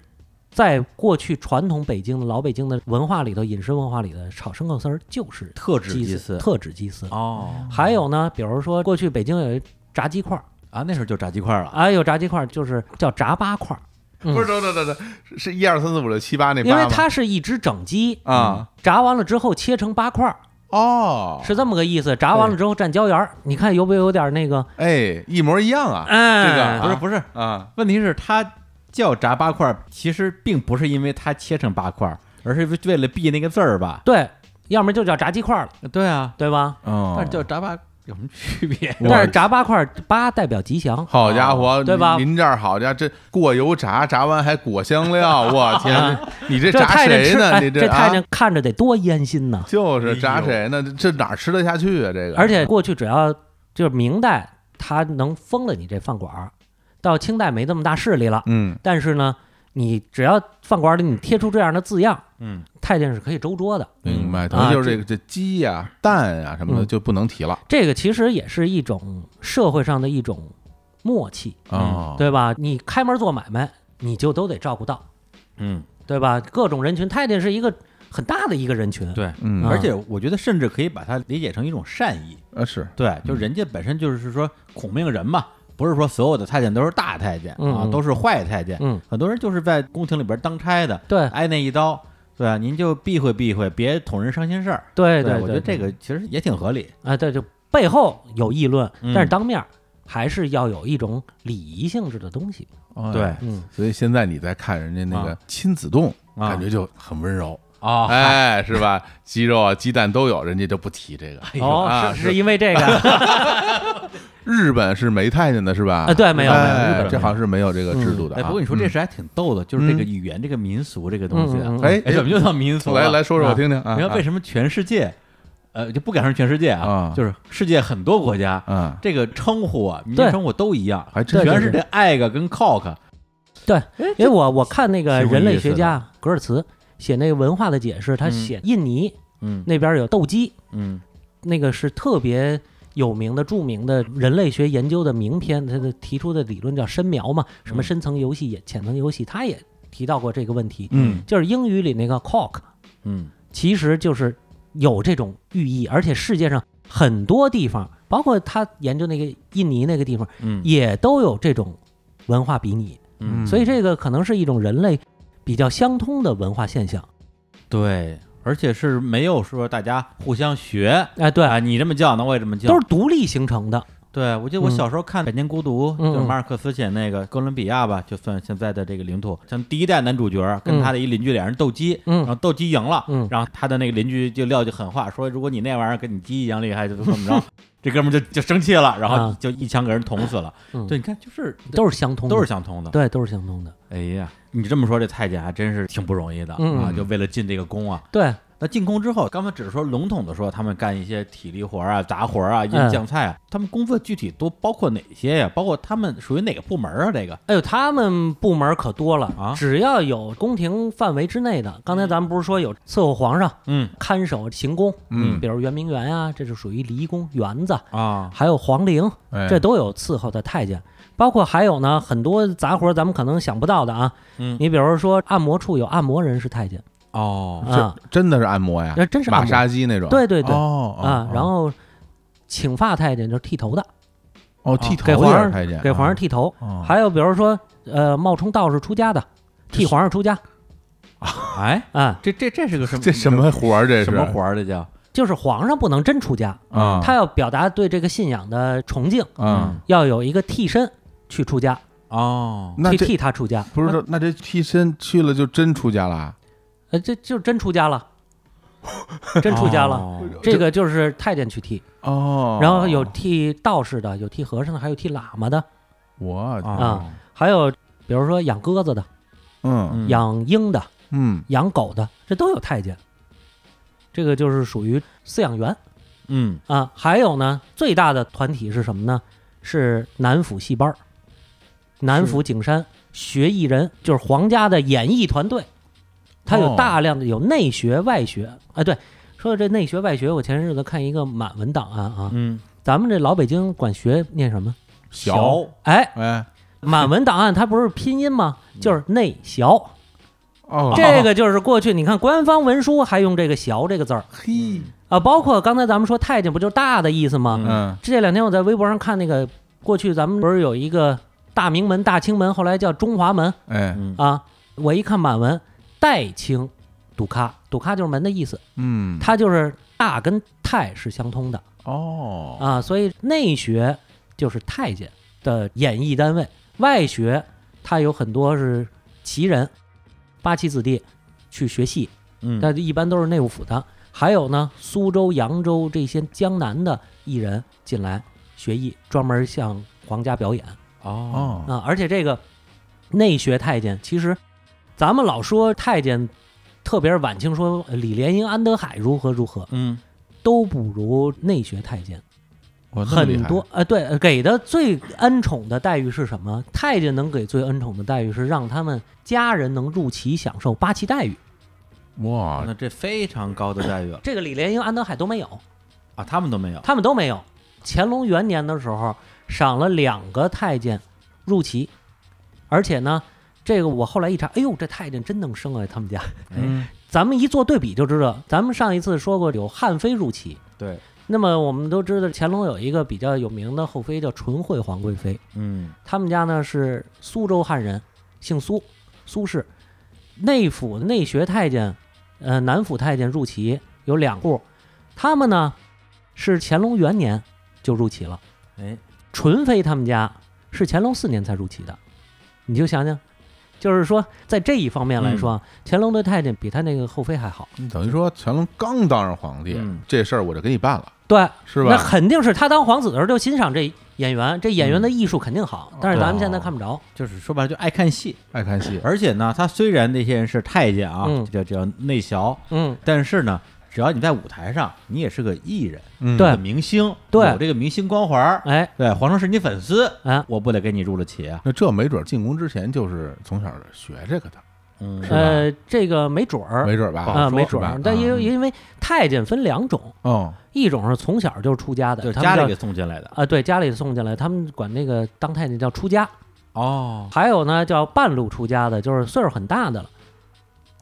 C: 在过去传统北京的老北京的文化里头，饮食文化里的炒牲口丝儿就是
B: 特指
C: 鸡
B: 丝
C: 特指鸡丝。
B: 哦
C: 还有呢，比如说过去北京有一炸鸡块儿
B: 啊，那时候就炸鸡块了，
C: 啊，有炸鸡块儿就是叫炸八块儿，嗯
A: 不是，等等等等，是是一二三四五六七八那
C: 因
A: 八
C: 为
A: 吗
C: 它是一只整鸡，
A: 啊
C: 炸完了之后切成八块儿，
A: 哦，
C: 是这么个意思。炸完了之后蘸椒盐儿，你看有没有点那个？
A: 哎，一模一样啊
C: 哎，
A: 这个
B: 不是不是，
A: 啊，
B: 问题是它叫炸八块，其实并不是因为它切成八块，而是为了避那个字儿吧？
C: 对，要么就叫炸鸡块儿了，
B: 对啊，
C: 对吧？
A: 嗯
B: 但是叫炸八有什么区别？
A: 我
C: 但是炸八块儿，八代表吉祥，啊
A: 好家伙，
C: 对吧
A: 您您这儿好家伙，这过油炸，炸完还裹香 料，我天，你这
C: 啊这
A: 炸
C: 太监
A: 谁
C: 吃，
A: 呢？
C: 哎
A: 你
C: 这太
A: 啊
C: 监，看着得多烟心呐！
A: 就是炸谁呢？这这哪儿吃得下去啊？这个，
C: 而且过去只要就是明代，他能封了你这饭馆儿，到清代没这么大势力了。
A: 嗯，
C: 但是呢，你只要饭馆里你贴出这样的字样，
B: 嗯，
C: 太监是可以周桌的。
A: 明白，
C: 嗯
A: 等于
C: 啊
A: 就是这个这鸡呀、蛋呀什么的
C: 嗯
A: 就不能提了
C: 这个其实也是一种社会上的一种默契，
A: 啊。
C: 嗯对吧？你开门做买卖，你就都得照顾到，
B: 嗯，
C: 对吧？各种人群，太监是一个很大的一个人群。
B: 对，
A: 嗯，
C: 啊
B: 而且我觉得甚至可以把它理解成一种善意，
A: 呃是，
B: 对，就人家本身就是说孔命人嘛，不是说所有的太监都是大太监
C: 嗯
B: 啊，
C: 嗯
B: 都是坏太监，
C: 嗯，
B: 很多人就是在宫廷里边当差的，
C: 对
B: 挨那一刀，对啊，您就避讳避讳，别捅人伤心事儿。
C: 对
B: 对
C: 对，
B: 我觉得这个其实也挺合理。
C: 啊，对，就背后有议论，
B: 嗯
C: 但是当面儿还是要有一种礼仪性质的东西。
A: 哎
B: 对，
C: 嗯，
A: 所以现在你在看人家那个
B: 啊
A: 亲子冻，
B: 啊
A: 感觉就很温柔，
C: 啊
B: 哦，
A: 哎，是 吧？鸡肉啊、鸡蛋都有，人家就不提这个。
C: 哦
A: 啊，
C: 是
A: 是
C: 是因为 这个
A: 日本是没太监的是吧？
C: 啊对没有没有
A: 哎
C: 日本没有嗯
A: 这好像是没有这个制度的啊。
B: 哎，不过你说这事还挺逗的，就是这个语言、这个民俗这个东西啊，
C: 嗯嗯嗯
A: 哎
B: 哎，怎么又到民俗了？
A: 来来说说我听听啊
B: 啊！你看为什么全世界，呃，就不敢说全世界啊
A: 啊，
B: 就是世界很多国家，
A: 嗯，
B: 这个称呼啊，民间
C: 对
B: 称呼都一样，
A: 还真
C: 对
B: 全
C: 对
B: 是这 egg 跟 cock。
C: 对
B: 哎，
C: 因为我我看那个
B: 挺有
C: 人
B: 意
C: 类
B: 思
C: 学家格尔茨写那个文化的解释，他
B: 嗯
C: 写印尼
B: 嗯
C: 那边有斗鸡，
B: 嗯
C: 那个是特别有名的、著名的人类学研究的名篇，他的提出的理论叫深描嘛，什么
B: 嗯
C: 深层游戏、也浅层游戏，他也提到过这个问题，
B: 嗯
C: 就是英语里那个 cock
B: 嗯
C: 其实就是有这种寓意，而且世界上很多地方，包括他研究那个印尼那个地方，
B: 嗯
C: 也都有这种文化比拟。
B: 嗯，
C: 所以这个可能是一种人类比较相通的文化现象。
B: 对，而且是没有说大家互相学。
C: 哎，对，
B: 啊，你这么叫，那我也这么叫，
C: 都是独立形成的。
B: 对，我记得我
C: 嗯
B: 小时候看《百年孤独》
C: 嗯
B: 就是马尔克斯写那个哥伦比亚吧，就算现在的这个领土，像第一代男主角跟他的一邻居俩人斗鸡，
C: 嗯
B: 然后斗鸡赢了，
C: 嗯
B: 然后他的那个邻居就撂句狠话，说如果你那玩意儿跟你鸡一样厉害，就怎么着， 这哥们儿就就生气了，然后
C: 啊
B: 就一枪给人捅死了。
C: 嗯
B: 对，你看就是
C: 都是相通的，
B: 都是相通的。
C: 对，都是相通的。
B: 哎呀，你这么说，这太监还真是挺不容易的、
C: 嗯
B: 啊，就为了进这个宫啊，
C: 对，
B: 那进宫之后，刚才只是说笼统的说他们干一些体力活啊、杂活
C: 嗯
B: 啊、腌酱菜啊，他们工作具体都包括哪些呀？包括他们属于哪个部门啊？这个
C: 哎呦，他们部门可多了
B: 啊
C: 只要有宫廷范围之内的，刚才咱们不是说有伺候皇上、
B: 嗯
C: 看守行宫，
A: 嗯
C: 比如圆明园啊，这是属于离宫园子，
B: 啊，
C: 还有皇陵，
A: 哎
C: 这都有伺候的太监。包括还有呢，很多杂活咱们可能想不到的啊，
B: 嗯
C: 你比如说按摩处有按摩人是太监
B: 哦，
C: 啊，
A: 这真的是按摩呀，
C: 那真是按
A: 马
C: 摩，
A: 杀鸡那种。
C: 对对对
A: 哦哦
C: 啊
A: 哦，
C: 然后请发太监就是剃头的，
A: 哦剃头
C: 啊给皇
A: 也是
C: 上
A: 太监，
C: 给皇上剃头，
A: 上
B: 哦
C: 还有比如说呃冒充道士出家的，替皇上出家，
B: 哎，
C: 啊，
B: 这这这是个什么
A: 这什么活儿？这是
B: 什么活儿？这啊叫
C: 就是皇上不能真出家，
A: 啊？
C: 他要表达对这个信仰的崇敬，
A: 嗯，
C: 要有一个替身去出家，
B: 哦，
A: 那
C: 去
A: 这
C: 替他出家，
A: 不是说那这替身去了就真出家了啊？
C: 呃，这就真出 家了， 真出家了。
B: 哦
C: 这个就是太监去替，
A: 哦，
C: 然后有替道士的，有替和尚的，还有替喇嘛的，
A: 我
B: 啊，
C: 还有比如说养鸽子的、
A: 嗯
B: 嗯
C: 养鹰的、
A: 嗯
C: 养狗的，这都有太监。这个就是属于饲养员
B: 嗯
C: 啊。还有呢，最大的团体是什么呢？是南府戏班儿、南府景山学艺人，就是皇家的演艺团队。它有
A: 哦
C: 大量的有内学外学，哎，对，说到这内学外学，我前日子看一个满文档案啊，
B: 嗯，
C: 咱们这老北京管学念什么？
A: 小
B: 嗯
C: 哎，
A: 哎
C: 满文档案它不是拼音吗？ 就是内学。
A: 嗯哦
C: 这个就是过去你看官方文书还用这个“小”这个字儿
A: 嘿
C: 啊，包括刚才咱们说太监不就是大的意思吗？
B: 嗯
A: 嗯
C: 这两天我在微博上看那个，过去咱们不是有一个大明门、大清门，后来叫中华门
A: 哎
B: 嗯
C: 啊。我一看满文，代清堵咖，堵咖就是门的意思，
A: 嗯
C: 它就是大跟太是相通的
A: 哦
C: 啊，所以内学就是太监的演艺单位，外学它有很多是旗人、八旗子弟去学戏。
B: 嗯，
C: 但一般都是内务府的。还有呢，苏州、扬州这些江南的艺人进来学艺，专门向皇家表演
B: 哦
A: 哦
C: 啊。而且这个内学太监，其实咱们老说太监，特别是晚清说呃李莲英、安德海如何如何，
B: 嗯
C: 都不如内学太监
A: 我这么厉
C: 很
A: 害
C: 多。呃，对，呃给的最恩宠的待遇是什么？太监能给最恩宠的待遇是让他们家人能入旗享受八旗待遇，
A: 哇
B: 那这非常高的待遇了
C: 这个李莲英、安德海都没有。
B: 啊，他们都没有
C: 他们都没有。乾隆元年的时候，赏了两个太监入旗，而且呢，这个我后来一查，哎呦，这太监真能生啊，他们家。
A: 嗯
C: 咱们一做对比就知道，咱们上一次说过有汉妃入旗，
B: 对，
C: 那么我们都知道乾隆有一个比较有名的后妃叫纯惠皇贵妃，
B: 嗯
C: 他们家呢是苏州汉人，姓苏，苏氏。内府内学太监，呃，南府太监入旗有两户，他们呢是乾隆元年就入旗了。
B: 哎
C: 纯妃他们家是乾隆四年才入旗的，你就想想，就是说在这一方面来
A: 嗯
C: 说，啊，乾隆对太监比他那个后妃还好，
A: 你等于说乾隆刚当上皇帝
B: 嗯
A: 这事儿我就给你办了
C: 对，
A: 是
C: 那
A: 吧？
C: 肯定是他当皇子的时候就欣赏这演员，这演
A: 嗯
C: 员的艺术肯定好，但是咱们
A: 哦
C: 现在看不着，
B: 就是说白了就爱看戏，
A: 爱看戏
B: 而且呢，他虽然那些人是太监啊，
C: 嗯
B: 这叫叫内小，
C: 嗯，
B: 但是呢，只要你在舞台上，你也是个艺人，
A: 嗯
C: 对
B: 个明星，
C: 对
B: 有这个明星光环儿，
C: 哎，
B: 对，皇上是你粉丝，
C: 哎
B: 我不得给你入了旗啊，
A: 那这没准进宫之前就是从小学这个的，
B: 嗯
A: 是吧
C: 呃，这个没准儿
A: 没准儿吧？
C: 啊，没准
A: 是
C: 儿
A: 吧，
C: 但
A: 啊
C: 因为因为太监分两种，
A: 哦，
C: 一种是从小就出家的，
B: 就是
C: 他们
B: 家里
C: 叫
B: 给送进来的，
C: 啊，对，家里送进来，他们管那个当太监叫出家，
B: 哦，
C: 还有呢叫半路出家的，就是岁数很大的了。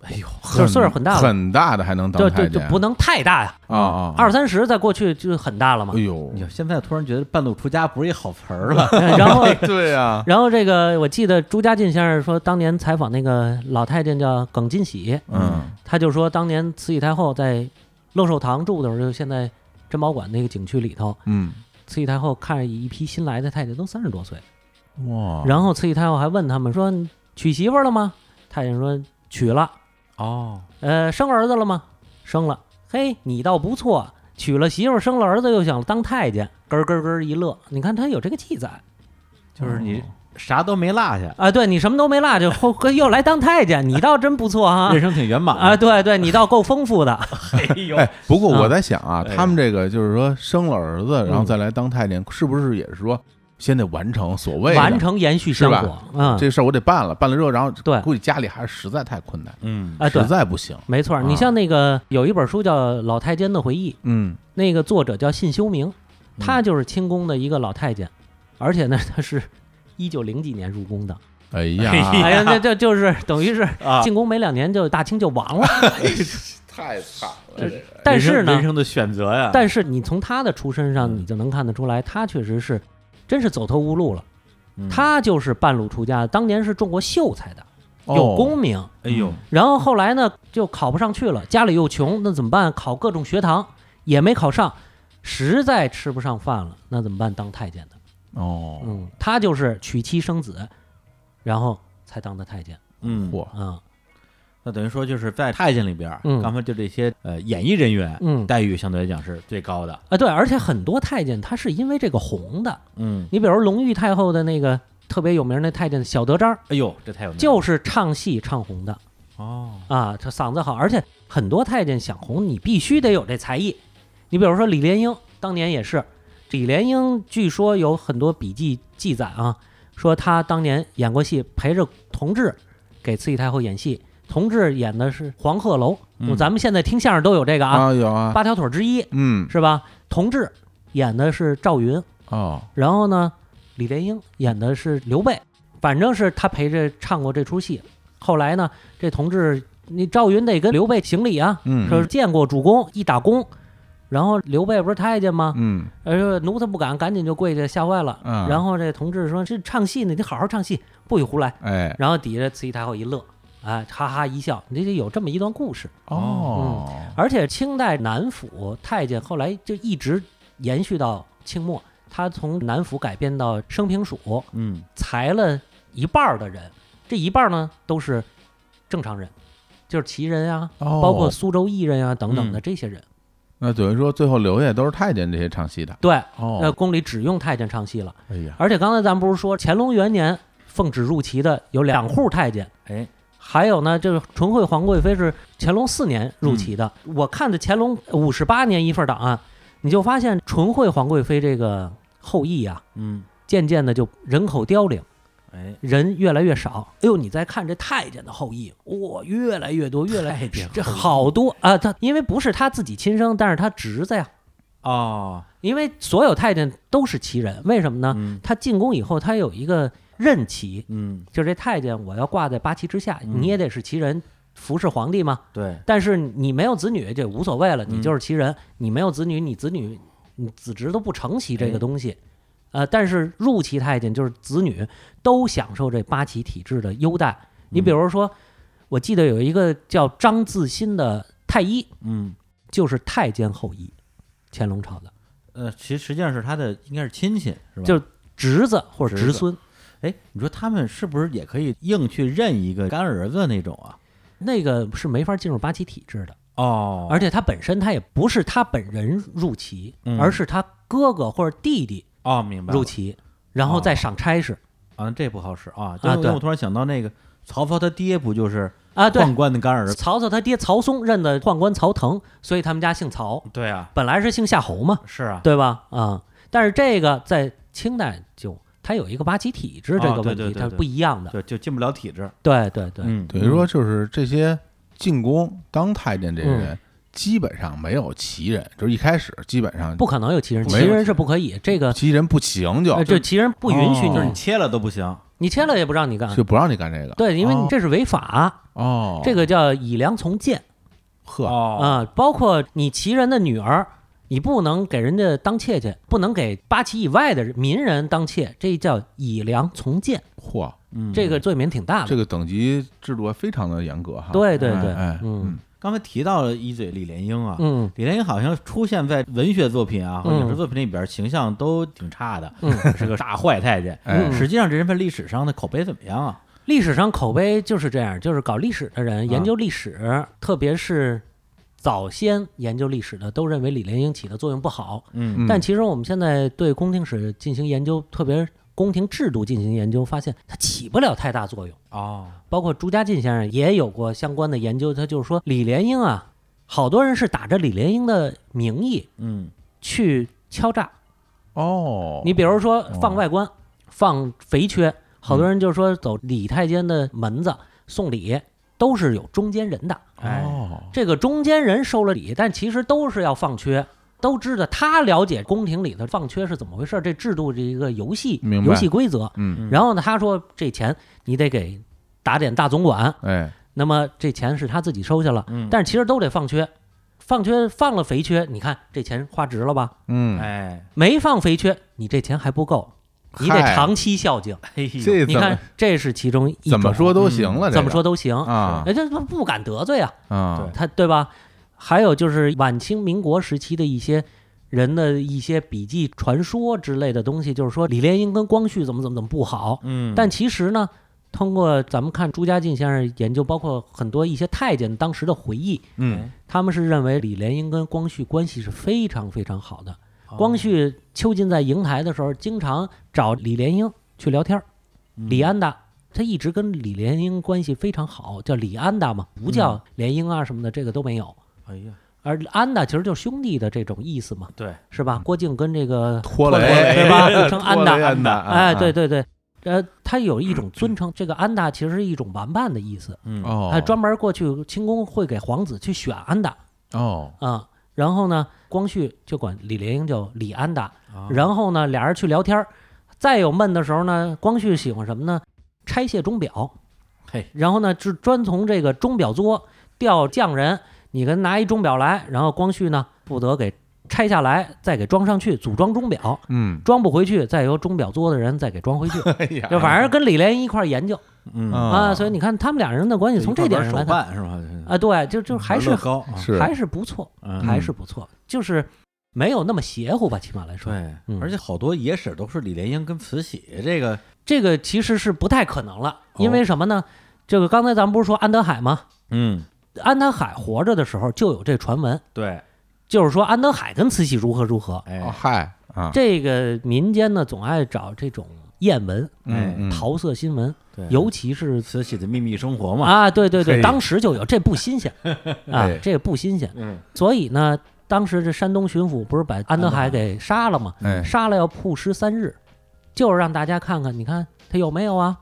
B: 哎呦，
C: 就是岁数很大了
A: 很大的还能
C: 就
A: 当
C: 就
A: 太
C: 就
A: 监
C: 不能太大呀，
A: 啊
B: 哦
A: 啊！
C: 二三十在过去就很大了嘛
A: 哎。呦
B: 你，看现在突然觉得半路出家不是一好词儿了，
C: 然后，
A: 对呀，
C: 然后这个我记得朱家进先生说，当年采访那个老太监叫耿金喜，
A: 嗯
C: 他就说当年慈禧太后在乐寿堂住的时候，就现在珍宝馆那个景区里头，
A: 嗯，
C: 慈禧太后看着一批新来的太监都三十多岁，
A: 哇，
C: 然后慈禧太后还问他们说娶媳妇儿了吗？太监说娶了。
B: 哦，
C: 呃，生儿子了吗？生了。嘿，你倒不错，娶了媳妇儿，生了儿子，又想当太监，咯咯咯一乐。你看他有这个记载，
B: 就是你啥都没落下，
C: 啊，对你什么都没落，就后又来当太监，你倒真不错啊
B: 人！生挺圆满
C: 啊，，对对，你倒够丰 富的，
B: 哎呦
A: 哎，不过
C: 啊
A: 我在想啊，
B: 哎
A: 他们这个就是说生了儿子，然后
C: 嗯
A: 再来当太监，是不是也是说先得完成所谓的
C: 完成延续香
A: 是
C: 火，嗯，
A: 这事儿？我得办了，办了之后，然后
C: 对
A: 估计家里还是实在太困难，
B: 嗯
C: 啊，对
A: 实，在不行。
C: 没错儿。你
A: 啊
C: 像那个有一本书叫《老太监的回忆》，
A: 嗯，
C: 那个作者叫信修明，他
B: 嗯
C: 就是清宫的一个老太监，而且呢， 他是一九零几年入宫的。
A: 哎
B: 哎
A: 呀，
C: 哎呀，那这就是等于是
B: 啊，
C: 进宫没两年就大清就亡了。
D: 太惨
C: 这
D: 个
C: 但
B: 人生
C: 是呢
B: 人，生的选择呀，
C: 但是你从他的出身上，
B: 嗯
C: 你就能看得出来，他确实是真是走投无路了。
B: 嗯
C: 他就是半路出家，当年是中国秀才的，
A: 哦
C: 有功名。
B: 哎呦，
C: 然后后来呢，就考不上去了，家里又穷，那怎么办？考各种学堂也没考上，实在吃不上饭了，那怎么办？当太监的。
A: 哦，
C: 嗯，他就是娶妻生子，然后才当的太监
B: 嗯，
A: 嚯，
C: 啊。
B: 那等于说就是在太监里边儿，
C: 嗯
B: 刚才就这些呃演艺人员
C: 嗯
B: 待遇相对来讲是最高的，
C: 啊，对，而且很多太监他是因为这个红的。
B: 嗯，
C: 你比如隆裕太后的那个特别有名那太监小德张，
B: 哎呦，这太有名了
C: 就是唱戏唱红的
B: 哦，
C: 啊，他嗓子好，而且很多太监想红，你必须得有这才艺。你比如说李莲英，当年也是，李莲英据说有很多笔记记载啊，说她当年演过戏，陪着同治给慈禧太后演戏。同治演的是《黄鹤楼》
B: 嗯
C: 咱们现在听相声都有这个啊，
A: 啊有啊，
C: 八条腿之一
A: 嗯，
C: 是吧？同治演的是赵云，
A: 哦，
C: 然后呢，李莲英演的是刘备，反正是他陪着唱过这出戏。后来呢，这同志，你赵云得跟刘备行礼啊，
A: 嗯
C: 说见过主公，一打躬。然后刘备不是太监吗？
A: 嗯，
C: 呃，说奴才不敢，赶紧就跪下，吓坏了。
A: 嗯
C: 然后这同志说：“这唱戏呢，你好好唱戏，不许胡来。
A: 哎”，
C: 然后底下慈禧太后一乐，哎，哈哈一笑。你这有这么一段故事。
A: 哦，
C: 而且清代南府太监后来就一直延续到清末，他从南府改编到升平署，
B: 嗯，
C: 裁了一半儿的人，这一半儿呢都是正常人，就是旗人啊，
A: 哦
C: 包括苏州艺人啊等等的
B: 嗯
C: 这些人。
A: 那等于说最后留下都是太监这些唱戏的。
C: 对，那
A: 哦，
C: 宫里只用太监唱戏了。
A: 哎呀，
C: 而且刚才咱不是说乾隆元年奉旨入齐的有两户太监，
B: 哎，
C: 还有呢，就是纯惠皇贵妃是乾隆四年入齐的。
B: 嗯
C: 我看的乾隆五十八年一份档案，你就发现纯惠皇贵妃这个后裔啊，
B: 嗯，
C: 渐渐的就人口凋零。
B: 哎，
C: 人越来越少。哎呦，你再看这太监的后裔，哇、越来越多，越来
B: 太
C: 越
B: 监后裔
C: 这好多啊！他因为不是他自己亲生，但是他侄子呀。
B: 哦，
C: 因为所有太监都是旗人，为什么呢？
B: 嗯
C: 他进宫以后，他有一个任旗，
B: 嗯，
C: 就是这太监我要挂在八旗之下，
B: 嗯
C: 你也得是旗人，服侍皇帝嘛。
B: 对，
C: 但是你没有子女，这无所谓了，
B: 嗯
C: 你就是旗人。你没有子女，你子女你子侄都不承袭这
B: 哎
C: 个东西。呃，但是入旗太监就是子女都享受这八旗体制的优待。你
B: 嗯
C: 比如说，我记得有一个叫张自新的太医，
B: 嗯，
C: 就是太监后裔，乾隆朝的
B: 呃，其实实际上是他的应该是亲戚是吧？
C: 就侄子或者
B: 侄子
C: 侄孙。
B: 哎，你说他们是不是也可以硬去认一个干儿子那种啊？
C: 那个是没法进入八旗体制的，
B: 哦
C: 而且他本身他也不是他本人入旗，
B: 嗯
C: 而是他哥哥或者弟弟
B: 哦，明白了哦
C: 入旗，然后再赏差事
B: 啊，这不好使啊！
C: 啊
B: 因为
C: 对
B: 我突然想到那个曹操他爹不就是
C: 啊。对，
B: 宦官的干儿子？
C: 曹操他爹曹嵩认的宦官曹腾，所以他们家姓曹，
B: 对啊，
C: 本来是姓夏侯嘛，
B: 是啊，
C: 对吧？啊、但是这个在清代就它有一个八旗体制这
B: 哦
C: 个
B: 对
C: 问题，
B: 对对
C: 它是
B: 对
C: 不一样的。
B: 就就进不了体制。
C: 对对对，
B: 嗯，
A: 等于说就是这些进宫当太监这些
C: 嗯
A: 人，基本上没有旗人，就是一开始基本上
C: 不可能有旗人，旗
A: 没有
C: 人是不可以，这个
A: 旗人不行就
C: 呃这旗人不允许你，
B: 就是你切了都不行。
C: 你签了也不让你干
A: 就。不让你干这个。
C: 对，因为你
A: 哦
C: 这是违法，
A: 哦，
C: 这个叫以良从谏
A: 呵，
C: 啊、
B: 哦，
C: 包括你旗人的女儿，你不能给人家当妾去，不能给八旗以外的人民人当妾，这叫以良从谏，
A: 嚯，
B: 嗯
C: 这个罪名挺大的。
A: 这个等级制度非常的严格哈。
C: 对对对，
A: 哎哎
C: 嗯
B: 刚才提到了一嘴李莲英啊，
C: 嗯
B: 李莲英好像出现在文学作品啊或者影视作品里边，形象都挺差的，
C: 嗯
B: 是个大坏太监。
A: 哎
C: 嗯
B: 实际上，这人在历史上的口碑怎么样啊？
C: 历史上口碑就是这样，就是搞历史的人研究历史，
A: 嗯
C: 特别是早先研究历史的，都认为李莲英起的作用不好。
B: 嗯
A: 嗯
C: 但其实我们现在对宫廷史进行研究，特别宫廷制度进行研究，发现它起不了太大作用。
B: 哦，
C: 包括朱家进先生也有过相关的研究，他就是说李莲英啊，好多人是打着李莲英的名义
B: 嗯，
C: 去敲诈。
A: 哦，嗯
C: 你比如说放外观，放肥缺，好多人就说走李太监的门子送礼，都是有中间人的。
B: 哎，
A: 哦，
C: 这个中间人收了礼，但其实都是要放缺，都知道他了解宫廷里的放缺是怎么回事，这制度这一个游戏
A: 明白
C: 游戏规则。
A: 嗯，
C: 然后呢，他说这钱你得给打点大总管，
A: 哎，
C: 那么这钱是他自己收下了，
B: 嗯，
C: 但是其实都得放缺，放缺放了肥缺，你看这钱花值了吧？
A: 嗯，
B: 哎，
C: 没放肥缺，你这钱还不够，你得
A: 嗨
C: 长期 孝敬。
B: 嘿哎呦
A: 这
C: 你
A: 怎么
C: 看，这是其中一种嗯
A: 怎么说都行了，这个
C: 怎么说都行，
A: 啊
C: 人家他不敢得罪啊。
A: 啊
B: 对，
C: 他对吧？还有就是晚清民国时期的一些人的一些笔记、传说之类的东西，就是说李莲英跟光绪怎么怎么怎么不好。
B: 嗯，
C: 但其实呢，通过咱们看朱家进先生研究，包括很多一些太监当时的回忆，
A: 嗯，
C: 他们是认为李莲英跟光绪关系是非常非常好的。
B: 哦
C: 光绪囚禁在瀛台的时候，经常找李莲英去聊天儿。李安达他一直跟李莲英关系非常好，叫李安达嘛，不
B: 嗯
C: 叫莲英啊什么的，这个都没有。
B: 哎呀，
C: 而安达其实就是兄弟的这种意思嘛，
B: 对，
C: 是吧？郭靖跟 这个
A: 拖
C: 雷对吧又称安达
A: 安啊达，
C: 哎，对，对对，呃，他有一种尊称，这个安达其实是一种玩伴的意思，
B: 嗯，
A: 哦，
C: 他专门过去清宫会给皇子去选安达
A: 哦，
C: 啊。然后呢，光绪就管李莲英叫李安达，
B: 啊
C: 然后呢，俩人去聊天儿，再有闷的时候呢，光绪喜欢什么呢？拆卸钟表，
B: 嘿，
C: 然后呢，就专从这个钟表作调匠人，你跟拿一钟表来，然后光绪呢负责给拆下来，再给装上去，组装钟表，
A: 嗯，
C: 装不回去，再由钟表作的人再给 装回去，
A: 哎呀
C: 就反正跟李莲英一块儿研究
B: 嗯，
C: 啊，所以你看他们俩人的关系从这点上来
B: 手
C: 看
B: 办是吧？
C: 啊，对，就就还是
B: 乐高，啊
A: 是
C: 还是不错，
B: 嗯
C: 还是不错，就是没有那么邪乎吧，起码来说，
B: 对
C: 嗯，
B: 而且好多野史都是李莲英跟慈禧这个，
C: 这个其实是不太可能了，因
B: 哦
C: 为什么呢？这个刚才咱们不是说安德海吗？
B: 嗯，
C: 安德海活着的时候就有这传闻，
B: 对，
C: 就是说安德海跟慈禧如何如何。
A: 哦
B: 哎，
A: 嗨啊，
C: 这个民间呢，总爱找这种艳闻、
B: 哎
A: 嗯，嗯
C: 桃色新闻，
B: 对，
C: 尤其是
B: 慈禧的秘密生活嘛，
C: 啊，对对
A: 嘿
C: 对，当时就有，这 不新鲜啊
A: 哎，
C: 这不新鲜。
B: 嗯，
C: 所以呢，当时这山东巡抚不是把安德海给杀了吗？
A: 哎，
C: 杀了要曝尸三日，就是让大家看看，你看他有没有啊，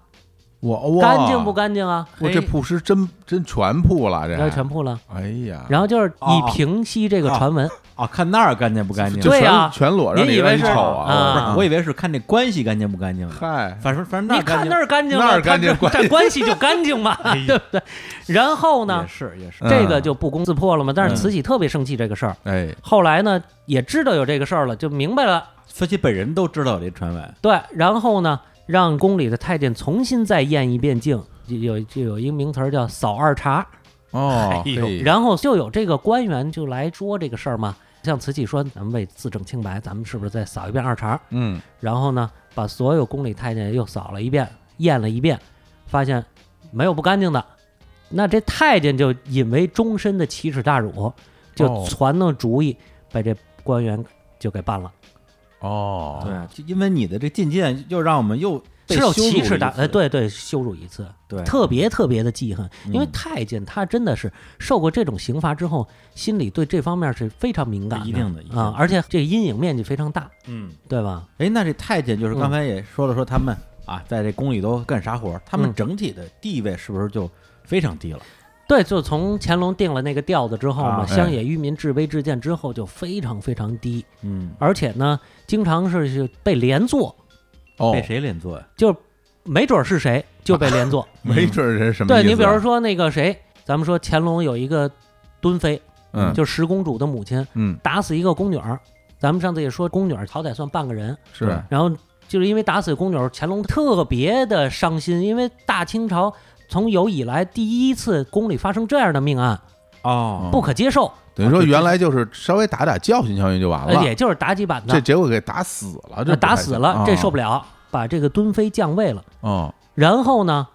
A: 我哇
C: 干净不？干净啊？
A: 我这铺师真真全铺了，这
C: 然后
A: 还
C: 全曝了，
A: 哎呀，
C: 然后就是
B: 哦
C: 以平息这个传闻。
B: 啊，看那儿干净不干净？
A: 就
C: 对
A: 全
C: 啊
A: 全裸着，
C: 您以为是
A: 瞅
B: 不
A: 啊
C: 啊
B: 是，我以为是看这关系干净不干净呢。
A: 嗨，
B: 反正反正
C: 你
B: 那干
C: 看
B: 净哎
C: 那儿干净了，
A: 那儿干净
C: 他这
A: 关
C: 这关系就干净嘛， 对不对？然后呢
B: 也，是也是，
C: 这个就不攻自破了嘛。但
B: 嗯
C: 是慈禧特别生气这个事儿，
A: 哎，
C: 后来呢也知道有这个事儿了，就明白了。
B: 慈禧本人都知道有这传闻。
C: 对，然后呢，让宫里的太监重新再验一遍镜，就有就有一个名词儿叫扫二查，
A: 哦，
B: 哎呦
A: 嘿
C: 然后就有这个官员就来说这个事儿嘛。像慈禧说，咱们为自证清白，咱们是不是再扫一遍二查？
A: 嗯，
C: 然后呢，把所有宫里太监又扫了一遍，验了一遍，发现没有不干净的。那这太监就引为终身的奇耻大辱，就
A: 哦
C: 传弄主意，把这官员就给办了，
A: 哦，
B: 对，就因为你的这进谏，又让我们又被
C: 是有
B: 羞辱
C: 奇
B: 了
C: 耻
B: 一
C: 大，
B: 次
C: 呃，对对，羞辱一次，
B: 对，
C: 特别特别的记恨，因为
B: 哎嗯
C: 太监他真的是受过这种刑罚之后，心里对这方面是非常敏感的，
B: 一定的一定的
C: 啊，而且这个阴影面积非常大，
B: 嗯，
C: 对吧？
B: 哎，那这太监就是
C: 嗯
B: 刚才也说了说他们啊，在这宫里都干啥活儿，他们
C: 嗯
B: 整体的地位是不是就非常低了？
C: 对，就从乾隆定了那个调子之后嘛，
B: 啊
C: 乡野愚民治危治建之后就非常非常低，
B: 嗯，
C: 而且呢，经常是是被连坐，
A: 哦
B: 被，谁连坐呀？
C: 就没准儿是谁就被 连坐。
A: 没准儿这是什么意
C: 对
A: 思啊？
C: 你比如说那个谁，咱们说乾隆有一个敦妃，
A: 嗯，
C: 就十公主的母亲，
A: 嗯，
C: 打死一个宫女儿。咱们上次也说，宫女儿好歹算半个人，
A: 是
B: 对
C: 然后就是因为打死宫女儿，乾隆特别的伤心，因为大清朝从有以来第一次宫里发生这样的命案，
A: 嗯
B: 哦，
C: 不可接受。
A: 等于说原来就是稍微打打教训教训就完
C: 呃，
A: 了，
C: 也就是打几板
A: 这
C: 子，
A: 结果给打死了，这
C: 呃打死了，这受不
A: 了。
C: 了，把这个敦妃降位了。
A: 啊哦，
C: 然后呢，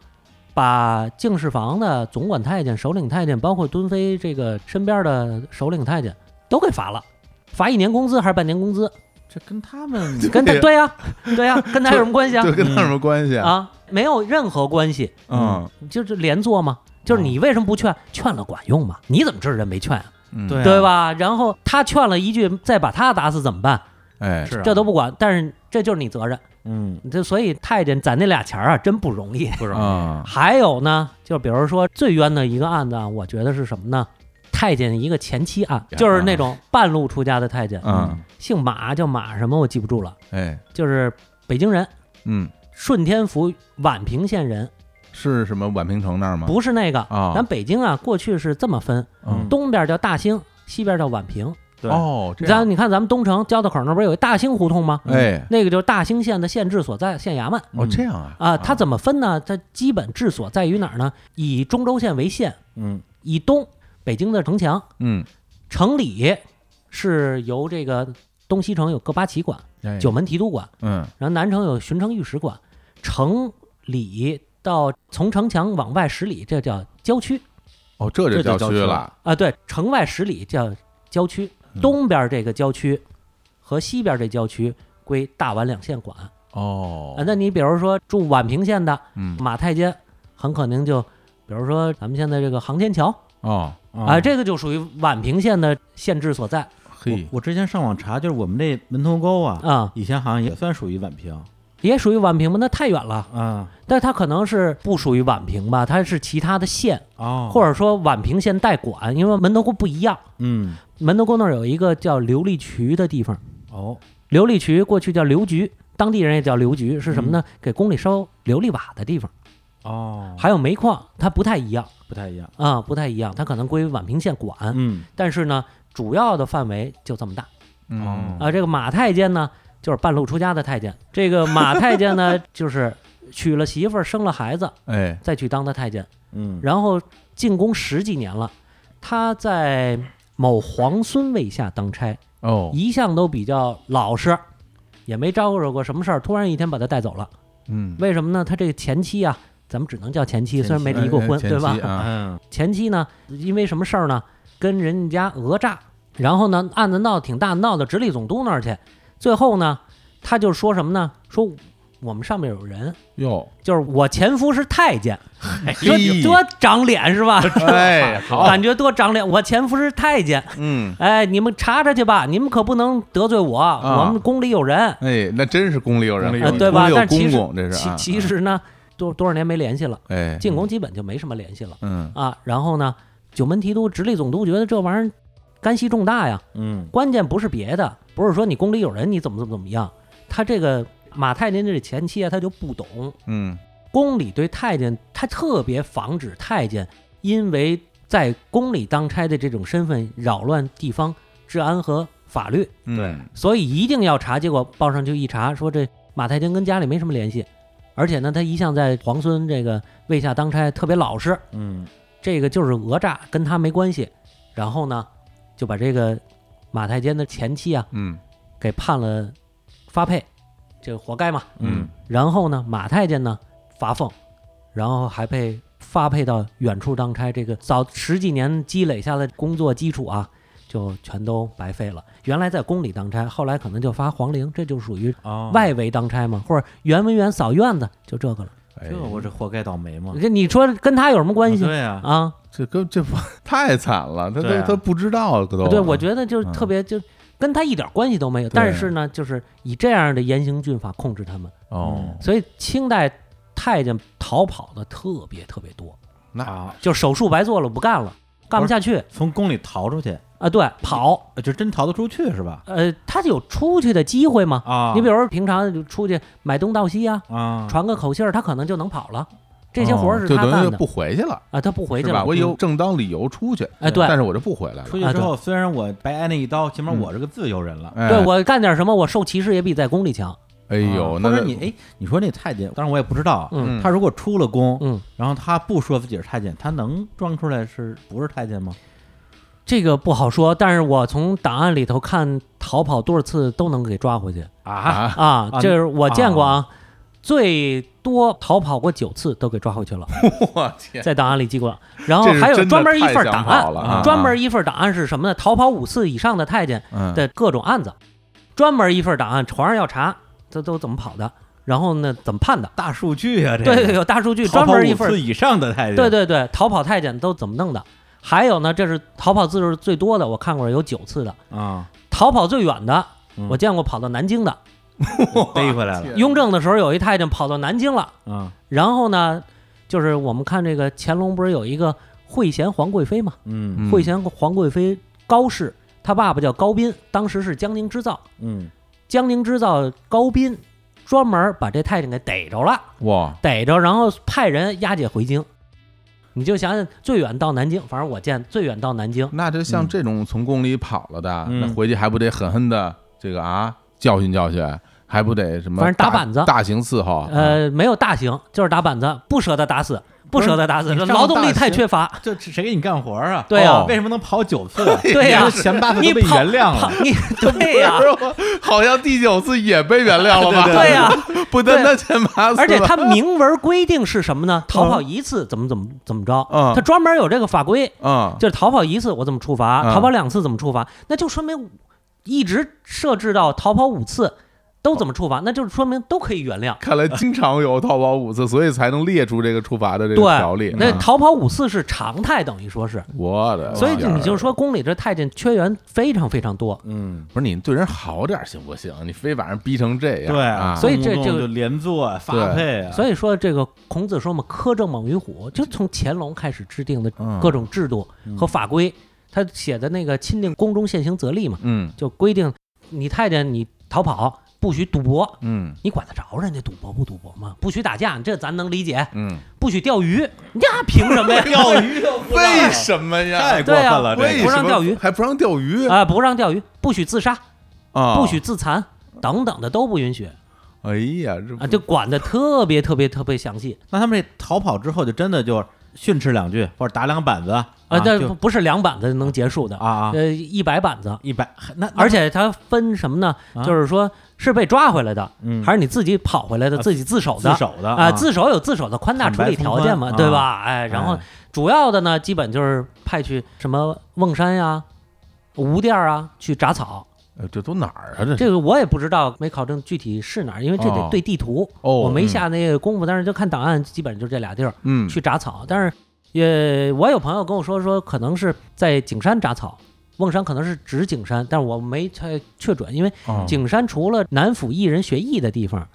C: 把敬事房的总管太监、首领太监，包括敦妃这个身边的首领太监都给罚了，罚一年工资还是半年工资？
B: 这跟他 们
C: 跟他对呀、对呀、跟他有什么关系啊
A: 就？跟他有什么关系？
C: 啊，没有任何关系，
A: 嗯
C: 就是连坐嘛。就是
B: 啊
C: 你为什么不劝？劝了管用吗？你怎么知道人没劝啊？
A: 嗯，
B: 对啊
C: 对吧？然后他劝了一句，再把他打死怎么办？
A: 哎，
B: 是啊
C: 这都不管，但是这就是你责任。
B: 嗯
C: 这所以太监攒那俩钱儿啊，真不容易。
B: 不容易
A: 啊，
C: 还有呢，就比如说最冤的一个案子啊，我觉得是什么呢？太监一个前妻案，就是那种半路出家的太监，
B: 啊
A: 嗯，
C: 姓马叫马什么我记不住了，
A: 哎，
C: 就是北京人，
A: 嗯，
C: 顺天府宛平县人，
A: 是什么宛平城那儿吗？
C: 不是那个。
A: 啊
C: 咱北京啊，过去是这么分，
A: 嗯
C: 东边叫大兴，西边叫宛平。
B: 对
A: 哦，这样
C: 咱你看咱们东城交道口那不是有一大兴胡同吗？
A: 哎，
C: 那个就是大兴县的县治所在，县衙门。
A: 哦，
B: 嗯
A: 这样啊
C: 啊，它怎么分呢？它基本治所在于哪儿呢？以中轴线为线，
B: 嗯
C: 以东北京的城墙，
A: 嗯，
C: 城里是由这个东西城有各八旗管、
A: 哎
C: 九门提督管，
A: 嗯
C: 然后南城有巡城御史管，城里到从城墙往外十里，这叫郊区
A: 哦，这
B: 这就
A: 叫
B: 郊
A: 区
B: 区
A: 了，
C: 啊，对，城外十里叫郊区，
A: 嗯
C: 东边这个郊区和西边这郊区归大宛两县管啊。
A: 哦，
C: 那你比如说住宛平县的。
A: 嗯
C: 马太监很可能就，比如说咱们现在这个航天桥
A: 哦，
C: 啊、这个就属于宛平县的县治所在
A: 嘿，
B: 我之前上网查，就是我们这门头沟啊，
C: 啊、
B: 以前好像也算属于宛平
C: 也属于宛平吗？那太远了，
B: 啊，
C: 但是它可能是不属于宛平吧，它是其他的县，
B: 哦，
C: 或者说宛平县代管，因为门头沟不一样，
B: 嗯，
C: 门头沟那儿有一个叫琉璃渠的地方，
B: 哦，
C: 琉璃渠过去叫刘局。当地人也叫刘
B: 嗯
C: 局，是什么呢？给宫里烧琉璃瓦的地方，
B: 哦，
C: 还有煤矿，它不太一样
B: 不太一样，
C: 啊、不太一样，它可能归宛平县管。
B: 嗯，
C: 但是呢，主要的范围就这么大啊、
A: 嗯
B: 哦
C: 这个马太监呢，就是半路出家的太监。这个马太 监呢，就是娶了媳妇儿，生了孩子，
A: 哎，
C: 再去当的太监，
B: 嗯，
C: 然后进宫十几年了。他在某皇孙位下当差，
A: 哦，
C: 一向都比较老实，也没招惹过什么事儿。突然一天把他带走了，
A: 嗯，哎
C: 为什么呢？他这个前妻啊，咱们只能叫前妻，虽然没
B: 前妻
C: 离过婚，
A: 前
C: 对吧？
A: 妻 啊，
B: 嗯，
C: 前妻呢，因为什么事儿呢，跟人家讹诈，然后呢，案子闹得挺大，闹到直隶总督那儿去。最后呢，他就说什么呢？说我们上面有人，
A: 哟，
C: 就是我前夫是太 监，说
A: 嘿
C: 多长脸 是吧？
A: 哎，好，
C: 感觉多长脸，我前夫是太监，
A: 嗯，
C: 哎，你们查查去吧，你们可不能得罪我，
A: 啊
C: 我们宫里有人，
A: 哎，那真是宫里有人，
B: 宫里有
C: 呃
B: 人
C: 对吧？但
A: 宫里
C: 其
A: 有
C: 实
A: 公公，这是
C: 其
A: 啊，
C: 其实呢，多多少年没联系了，
A: 哎，
C: 进宫基本就没什么联系了。
A: 嗯，
C: 啊，然后呢，九门提督、直隶总督觉得这玩意儿干系重大呀，
B: 嗯，
C: 关键不是别的，不是说你宫里有人你怎么怎么怎么样，他这个马太监这前妻啊，他就不懂，
A: 嗯，
C: 宫里对太监他特别防止太监因为在宫里当差的这种身份扰乱地方治安和法律，
A: 嗯
B: 对，
C: 所以一定要查。结果报上去一查，说这马太监跟家里没什么联系，而且呢，他一向在皇孙这个位下当差，特别老实。
B: 嗯，
C: 这个就是讹诈，跟他没关系。然后呢，就把这个马太监的前妻啊
A: 嗯，
C: 给判了发配，这个活该嘛。
A: 嗯，
C: 然后呢，马太监呢罚俸，然后还被发配到远处当差，这个早十几年积累下的工作基础啊，就全都白费了。原来在宫里当差，后来可能就发皇陵，这就属于
B: 哦，
C: 外围当差嘛，或者原文员扫院子，就这个了。
A: 哎
B: 这我这活该倒霉嘛，哦
C: 这你说跟他有什么关系
B: 对呀，
C: 啊？
A: 这跟这不太惨了，他
B: 对
A: 都
B: 啊
A: 他不知道都。
C: 对，我觉得就是特
A: 哦嗯
C: 别，就跟他一点关系都没有。但
A: 对
C: 是呢，就是以这样的严刑峻法控制他们，
A: 哦，
C: 所以清代太监逃跑的特别特别多，
B: 啊，
C: 就手术白做了，不干了，干不下去
B: 从宫里逃出去，
C: 啊，对，跑，
B: 呃就真逃得出去是吧？
C: 呃，他有出去的机会吗？
B: 啊，
C: 你比如说平常就出去买东道西啊，
B: 啊，
C: 传个口信儿，他可能就能跑了。这些活儿是
A: 哦就
C: 他
A: 等于
C: 干
A: 就
C: 的
A: 不回去了，
C: 啊，他不回去
A: 是吧？
C: 了。
A: 我有嗯正当理由出去，
C: 哎，对
A: 但是我就不回来了
B: 出。去之后，虽然我白挨那一刀，起码
A: 嗯
B: 我是个自由人了。
A: 哎
C: 对，我干点什么，我受歧视也比在宫里强。
A: 哎呦，
B: 啊
A: 那
B: 或者你哎，你说那太监，当然我也不知道啊，
C: 嗯
A: 嗯
B: 他如果出了宫，
C: 嗯，
B: 然后他不说自己是太监，他能装出来是不是太监吗？
C: 这个不好说，但是我从档案里头看，逃跑多少次都能给抓 回去
B: 啊，
A: 啊，
C: 啊！
B: 啊
C: 这是我见过啊，最多逃跑过九次都给抓回去 了，
A: 我天，
C: 在档案里记过。然后
A: 这是
C: 还有
A: 真的
C: 专门一
A: 太
C: 份
A: 想
C: 档
A: 跑
C: 案，
A: 了
B: 啊
A: 啊
C: 专门一份档案是什么呢？逃跑五次以上的太监
A: 嗯
C: 的各种案子，专门一份档案，皇上要查，这都怎么跑的，然后呢怎么判的？
B: 大数据啊，这
C: 对对，
B: 个
C: 有大数据
B: 逃
C: 专
B: 跑
C: 门一
B: 五
C: 份
B: 次以上的太监，
C: 对对对，逃跑太监都怎么弄的？还有呢，这是逃跑次数最多的，我看过有九次的，
B: 啊，
C: 逃跑最远的，
B: 嗯
C: 我见过跑到南京的。
B: 逮回 来了
A: 天
C: 雍正的时候有一太监跑到南京了，
B: 啊，
C: 然后呢，就是我们看这个乾隆不是有一个惠贤皇贵妃嘛？
B: 嗯
A: 嗯
C: 惠贤皇贵妃高氏，她爸爸叫高斌，当时是江宁织造，
B: 嗯
C: 江宁织造高斌专门把这太监给逮着了。
A: 哇，
C: 逮着，然后派人押解回京。你就想想，最远到南京，反正我见最远到南京，
A: 那这像这种从宫里跑了的，
B: 嗯
A: 那回去还不得狠狠的这个啊教训教训，还不得什么
C: 反正
A: 大
C: 打板子
A: 大刑伺候？啊，
C: 呃，没有大刑，就是打板子，不舍得打死，不舍得打死，
B: 不
C: 这
B: 是
C: 劳动力太缺乏。
B: 这谁给你干活啊？
C: 对呀、
A: 哦
B: 为什么能跑九次？
C: 对呀
B: 这前八次
C: 你
B: 都被
C: 跑
B: 原谅
C: 跑
B: 了，
C: 你对呀、
A: 不是我好像第九次也被原谅 了吧？
B: 啊
C: 对呀、
A: 不单单前八次，
C: 而且他明文规定是什么呢？逃跑一次怎么怎么怎么着？
A: 嗯
C: 他专门有这个法规，
A: 嗯，
C: 就是逃跑一次我怎么处罚，
A: 嗯
C: 逃跑两次怎么处罚，那就说明一直设置到逃跑五次都怎么处罚，那就是说明都可以原谅。
A: 看来经常有逃跑五次，所以才能列出这个处罚的这个
C: 对
A: 条例。
C: 那
A: 嗯
C: 逃跑五次是常态，等于说是，
A: 我的天儿，
C: 所以你就说宫里这太监缺员非常非常多，
B: 嗯。
A: 不是你对人好点儿行不行？你非把人逼成这样，
B: 对
A: 啊，
C: 所以这
B: 动不动
C: 这
B: 就
C: 个
B: 连坐啊发
A: 对
B: 配啊，
C: 所以说这个孔子说嘛，苛政猛于虎，就从乾隆开始制定的
A: 嗯
C: 各种制度和法
B: 嗯
C: 规，他写的那个《钦定宫中现行则例》嘛，
A: 嗯
C: 就规定你太监你逃跑不许赌博，
A: 嗯
C: 你管得着人家赌博不赌博吗？不许打架，这咱能理解，
A: 嗯，
C: 不许钓鱼，呀，凭什么呀？
B: 钓鱼都不让
A: 为什么呀
B: 哎太？过分了，
C: 哎对
B: 这
C: 啊呀
B: 个
A: 为
C: 不
A: 什
C: 让
A: 么
C: 钓鱼
A: 还不让钓鱼
C: 啊、不让钓鱼，不许自杀，
A: 啊？
C: 不许！自残。等等的都不允许，
A: 哎呀，这
C: 啊，就管的特别特别特别详细
B: 那他们这逃跑之后，就真的就训斥两句，或者打两板子啊
C: 啊，但
B: 就
C: 不不是两板子能结束的
B: 啊，啊，
C: 呃，一百板子，
B: 一百那
C: 而且它分什么呢？
B: 啊
C: 就是说是被抓回来的，
B: 嗯
C: 还是你自己跑回来的，
B: 啊
C: 自己自首
B: 自
C: 的
B: 首的
C: 啊？自首有自首的宽大处理条件嘛，
B: 坦白从宽
C: 对吧？哎，然后
B: 哎
C: 主要的呢，基本就是派去什么瓮山呀、吴店啊去铡草，
A: 呃这都哪儿啊？这是
C: 这个我也不知道，没考证具体是哪儿，因为这
A: 哦
C: 得对地图，
A: 哦，
C: 我没
A: 嗯，
C: 下那个功夫，但是就看档案，基本就这俩地儿。
A: 嗯，
C: 去铡草，但是也我有朋友跟我说说，可能是在景山铡草，瓮山可能是指景山，但是我没太确准，因为
A: 哦
C: 景山除了南府艺人学艺的地方，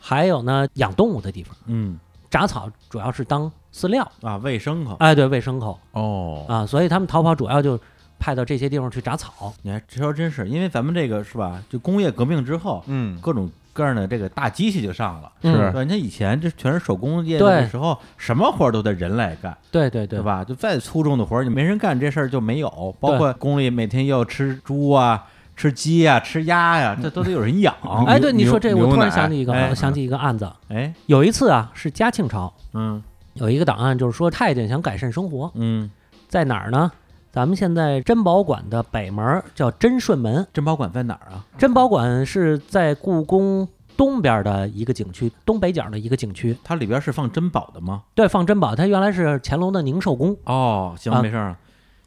C: 还有呢养动物的地方，
B: 嗯
C: 铡草主要是当饲料，
B: 啊喂牲口，
C: 哎，对，喂牲口
A: 哦，
C: 啊，所以他们逃跑主要就派到这些地方去铡草，
B: 你还这说真是，因为咱们这个是吧？就工业革命之后，
A: 嗯，
B: 各种各样的这个大机器就上了。
A: 是
C: 嗯
B: 对，你看以前这全是手工业的
C: 对
B: 时候，什么活儿都得人来干，
C: 对对
B: 对
C: 对？
B: 吧？就再粗重的活儿，你没人干这事儿就没有。包括宫里每天要吃猪啊、吃鸡啊、吃鸭呀、这都得有人养。
C: 嗯 哎，对，你说这，
A: 牛
C: 我突然
A: 奶
C: 想起一个，
B: 哎
C: 我想起一个案子，
B: 哎，
C: 有一次啊，是嘉庆朝
B: 嗯
C: 有一个档案，就是说太监想改善生活，
B: 嗯，
C: 在哪儿呢？咱们现在珍宝馆的北门儿叫珍顺门，
B: 珍宝馆在哪儿啊？
C: 珍宝馆是在故宫东边的一个景区，东北角的一个景区。
B: 它里边是放珍宝的吗？
C: 对，放珍宝，它原来是乾隆的宁寿宫
B: 哦，行，
C: 啊
B: 没事儿。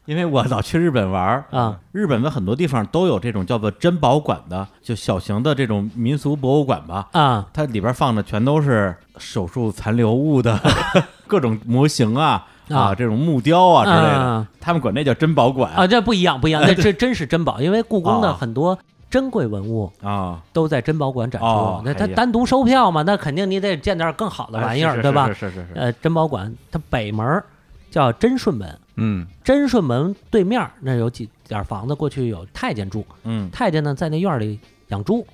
B: 因为我老去日本玩儿，
C: 啊。
B: 日本的很多地方都有这种叫做珍宝馆的，就小型的这种民俗博物馆吧。
C: 啊，
B: 它里边放的全都是手术残留物的 各种模型啊
C: 啊
B: 这种木雕啊之类的，
C: 啊
B: 他们管那叫珍宝馆
C: 啊，这不一样，不 一样，那这真是珍宝，因为故宫
B: 啊
C: 的很多珍贵文物
B: 啊
C: 都在珍宝馆展
B: 哦
C: 出。那它
B: 哎呀
C: 单独收票嘛，那肯定你得建点更好的玩意
B: 哎
C: 儿，
B: 是是
C: 对吧
B: 是？是是是
C: 呃，珍宝馆它北门儿叫珍顺门，
A: 嗯，
C: 珍顺门对面儿那有几点房子，过去有太监住，
B: 嗯
C: 太监呢在那院儿里养猪，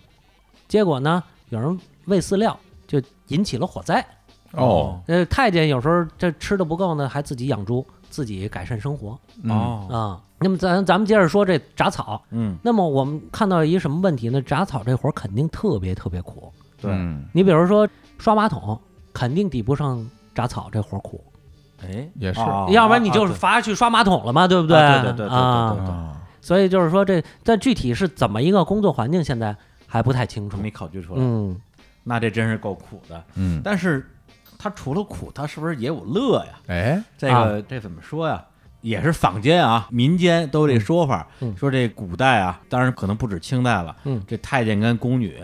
C: 结果呢有人喂饲料，就引起了火灾。
A: 哦，
C: 呃，太监有时候这吃的不够呢，还自己养猪，自己改善生活
A: 嗯，
C: 啊、
B: 哦
C: 那么咱咱们接着说这铡草。
B: 嗯
C: 那么我们看到一个什么问题呢？铡草这活儿肯定特别特别苦。
B: 对
A: 嗯
C: 你比如说刷马桶，肯定抵不上铡草这活儿苦，
B: 哎
A: 也是
B: 哦
C: 要不然你就是
B: 啊啊
C: 罚下去刷马桶了嘛，对不对？
B: 啊对对对对对
C: 啊
B: 对
A: 啊，
C: 所以就是说这，但具体是怎么一个工作环境，现在还不太清
B: 对
C: 楚。
B: 没考据出来，
C: 嗯，
B: 那这真是够苦的。
A: 嗯，
B: 但是它除了苦，它是不是也有乐呀？
C: 嗯
A: 哎，
C: 啊
B: 这个、这怎么说呀？也是坊间啊，民间都有这说法，
C: 嗯嗯
B: 说这古代啊，当然可能不止清代了，
C: 嗯
B: 这太监跟宫女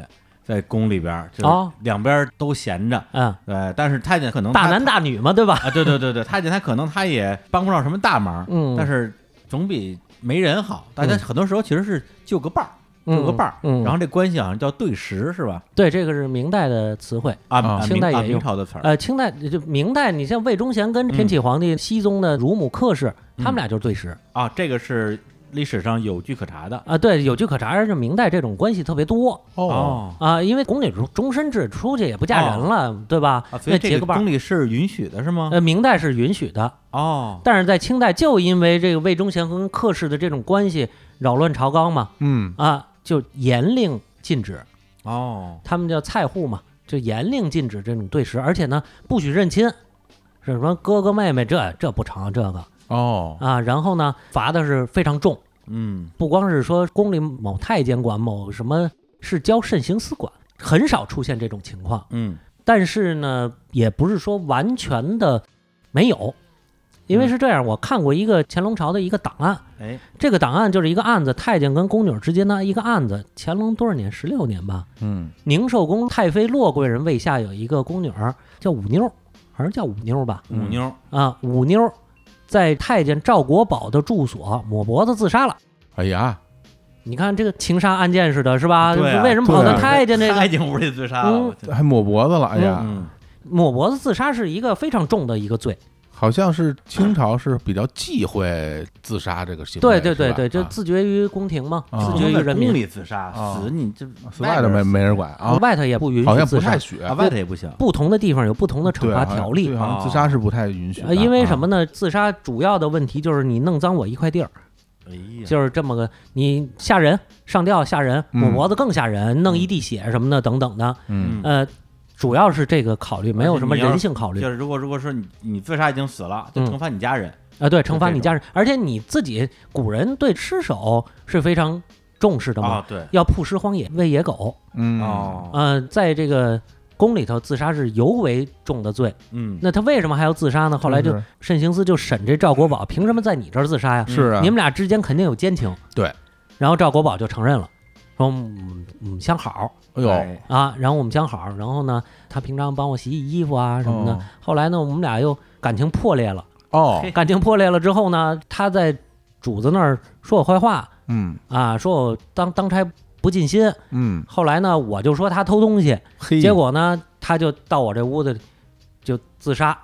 B: 在宫里边儿，就是
C: 哦
B: 两边儿都闲着，
C: 嗯，
B: 对，但是太监可能
C: 大
B: 他
C: 男大女嘛，对吧？
B: 啊，对对对对，太监他可能他也帮不上什么大忙，
C: 嗯
B: 但是总比没人好。大家
C: 嗯
B: 很多时候其实是就个伴儿，
C: 嗯
B: 就个伴儿，
C: 嗯
B: 然后这关系好像叫对食是吧？
C: 对，这个是明代的词汇。
B: 啊，
A: 啊
B: 明
C: 清代
B: 啊
C: 也
B: 明
C: 用
B: 朝的词儿，嗯
C: 呃，清代就明代，你像魏忠贤跟天启皇帝、熹宗的乳母客氏，他们俩就是对食啊、
B: 啊，这个是历史上有据可查的。
C: 对，有据可查，而且明代这种关系特别多
A: 哦，
C: 啊、因为宫里终终身制，出去也不嫁人了，对吧？
B: 啊，所
C: 那
B: 以这
C: 结
B: 个
C: 个伴
B: 宫
C: 儿。
B: 里是允许的是吗？
C: 呃，明代是允许的，
B: 哦，
C: 但是在清代，就因为这个魏忠贤跟客氏的这种关系扰乱朝纲嘛，
A: 嗯，
C: 啊，就严令禁止，
B: 哦，
C: 他们叫菜户嘛，就严令禁止这种对食，而且呢，不许认亲，是什么哥哥妹妹，这这不成这个
A: 哦，
C: 啊。然后呢，罚的是非常重，
B: 嗯，
C: 不光是说宫里某太监管，某什么市郊慎刑司管，很少出现这种情况。
B: 嗯，
C: 但是呢，也不是说完全的没有，
B: 嗯
C: 因为是这样，我看过一个乾隆朝的一个档案，
B: 哎，
C: 这个档案就是一个案子，太监跟宫女之间的一个案子，乾隆多少年？十六年吧。
A: 嗯，
C: 宁寿宫太妃骆贵人位下有一个宫女儿叫五妞儿，好像叫五妞儿吧？
B: 五妞儿，
C: 啊，五妞儿在太监赵国宝的住所抹脖子自杀了。
A: 哎呀，
C: 你看这个情杀案件似的，是吧？
B: 对啊
C: 为什么跑
A: 对
C: 到
A: 啊
C: 太监这
B: 太
C: 个？
B: 监屋里自杀了，
C: 嗯
B: 我天
A: 还抹脖子了，哎呀，
B: 嗯，
C: 抹脖子自杀是一个非常重的一个罪。
A: 好像是清朝是比较忌讳自杀这个行为，
C: 对对对对，
A: 是
C: 就
A: 吧
C: 自绝于宫廷嘛，
A: 啊
C: 自绝于
B: 在
C: 人
B: 宫
C: 民，
B: 里自杀，
A: 啊
B: 死你这
A: 啊死外头没
B: 边
A: 没人管啊，
C: 外头也不允
A: 好
C: 许
A: 像不
C: 自杀
A: 太。许，
B: 啊，外头也不行，
C: 不同的地方有不同的惩
A: 对，
C: 罚
A: 好像
C: 条例
A: 对，好像
B: 啊
A: 自杀是不太允许
C: 呃
A: 的，
C: 因为什么
A: 啊？
C: 呢？自杀主要的问题就是你弄脏我一块地儿。
B: 哎呀，
C: 就是这么个，你吓人，上吊吓人，
A: 嗯
C: 抹脖子更吓人，弄一地血什么的等等的，
A: 嗯，
C: 呃，主要是这个考虑，没有什么人性考虑
B: 就
C: 啊、
B: 是如果如果说你你自杀已经死了，就
C: 嗯
B: 惩罚你家人，
C: 对，惩罚
B: 这
C: 你
B: 种
C: 家人，而且你自己，古人对吃手是非常重视的嘛，
B: 啊，对，
C: 要曝尸荒野，喂野狗，
A: 嗯，
B: 哦，
C: 呃，在这个宫里头自杀是尤为重的罪，
B: 嗯，
C: 那他为什么还要自杀呢？后来就是慎刑司就审这赵国宝，凭什么在你这儿自杀呀？
A: 嗯是啊，
C: 嗯你们俩之间肯定有奸情，
A: 对，
C: 然后赵国宝就承认了，说嗯嗯相好。
A: 哎呦，
B: 哎
C: 啊，然后我们相好，然后呢，他平常帮我洗洗衣服啊什么的。
A: 哦
C: 后来呢，我们俩又感情破裂了，
A: 哦
B: 嘿，
C: 感情破裂了之后呢，他在主子那儿说我坏话
A: 嗯
C: 啊，说我当当差不尽心。
A: 嗯，
C: 后来呢，我就说他偷东西，
A: 嘿，
C: 结果呢，他就到我这屋子里就自杀，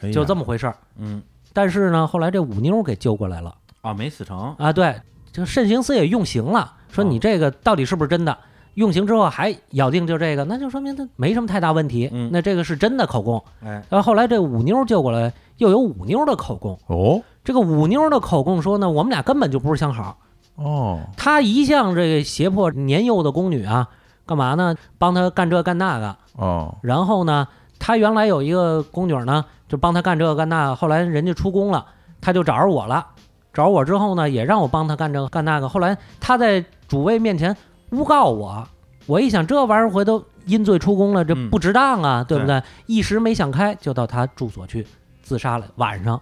A: 哎呀
C: 就这么回事儿。
B: 嗯，
C: 但是呢，后来这五妞儿给救过来了
B: 啊，没死成，
C: 啊，对，这慎刑司也用刑了，
A: 哦
C: 说你这个到底是不是真的？用刑之后还咬定就这个，那就说明他没什么太大问题。
B: 嗯
C: 那这个是真的口供，
B: 哎，
C: 然后后来这五妞救过来，又有五妞的口供。
A: 哦
C: 这个五妞的口供说呢，我们俩根本就不是相好。
A: 哦，
C: 她一向这个胁迫年幼的宫女啊，干嘛呢？帮她干这干那个。
A: 哦，
C: 然后呢，她原来有一个宫女呢，就帮她干这干那个。后来人家出宫了，她就找着我了。找着我之后呢，也让我帮她干这个干那个。后来她在主位面前诬告我，我一想这玩意儿回头因罪出宫了，这
B: 嗯
C: 不值当啊，对不对？一时没想开，就到她住所去自杀了。晚上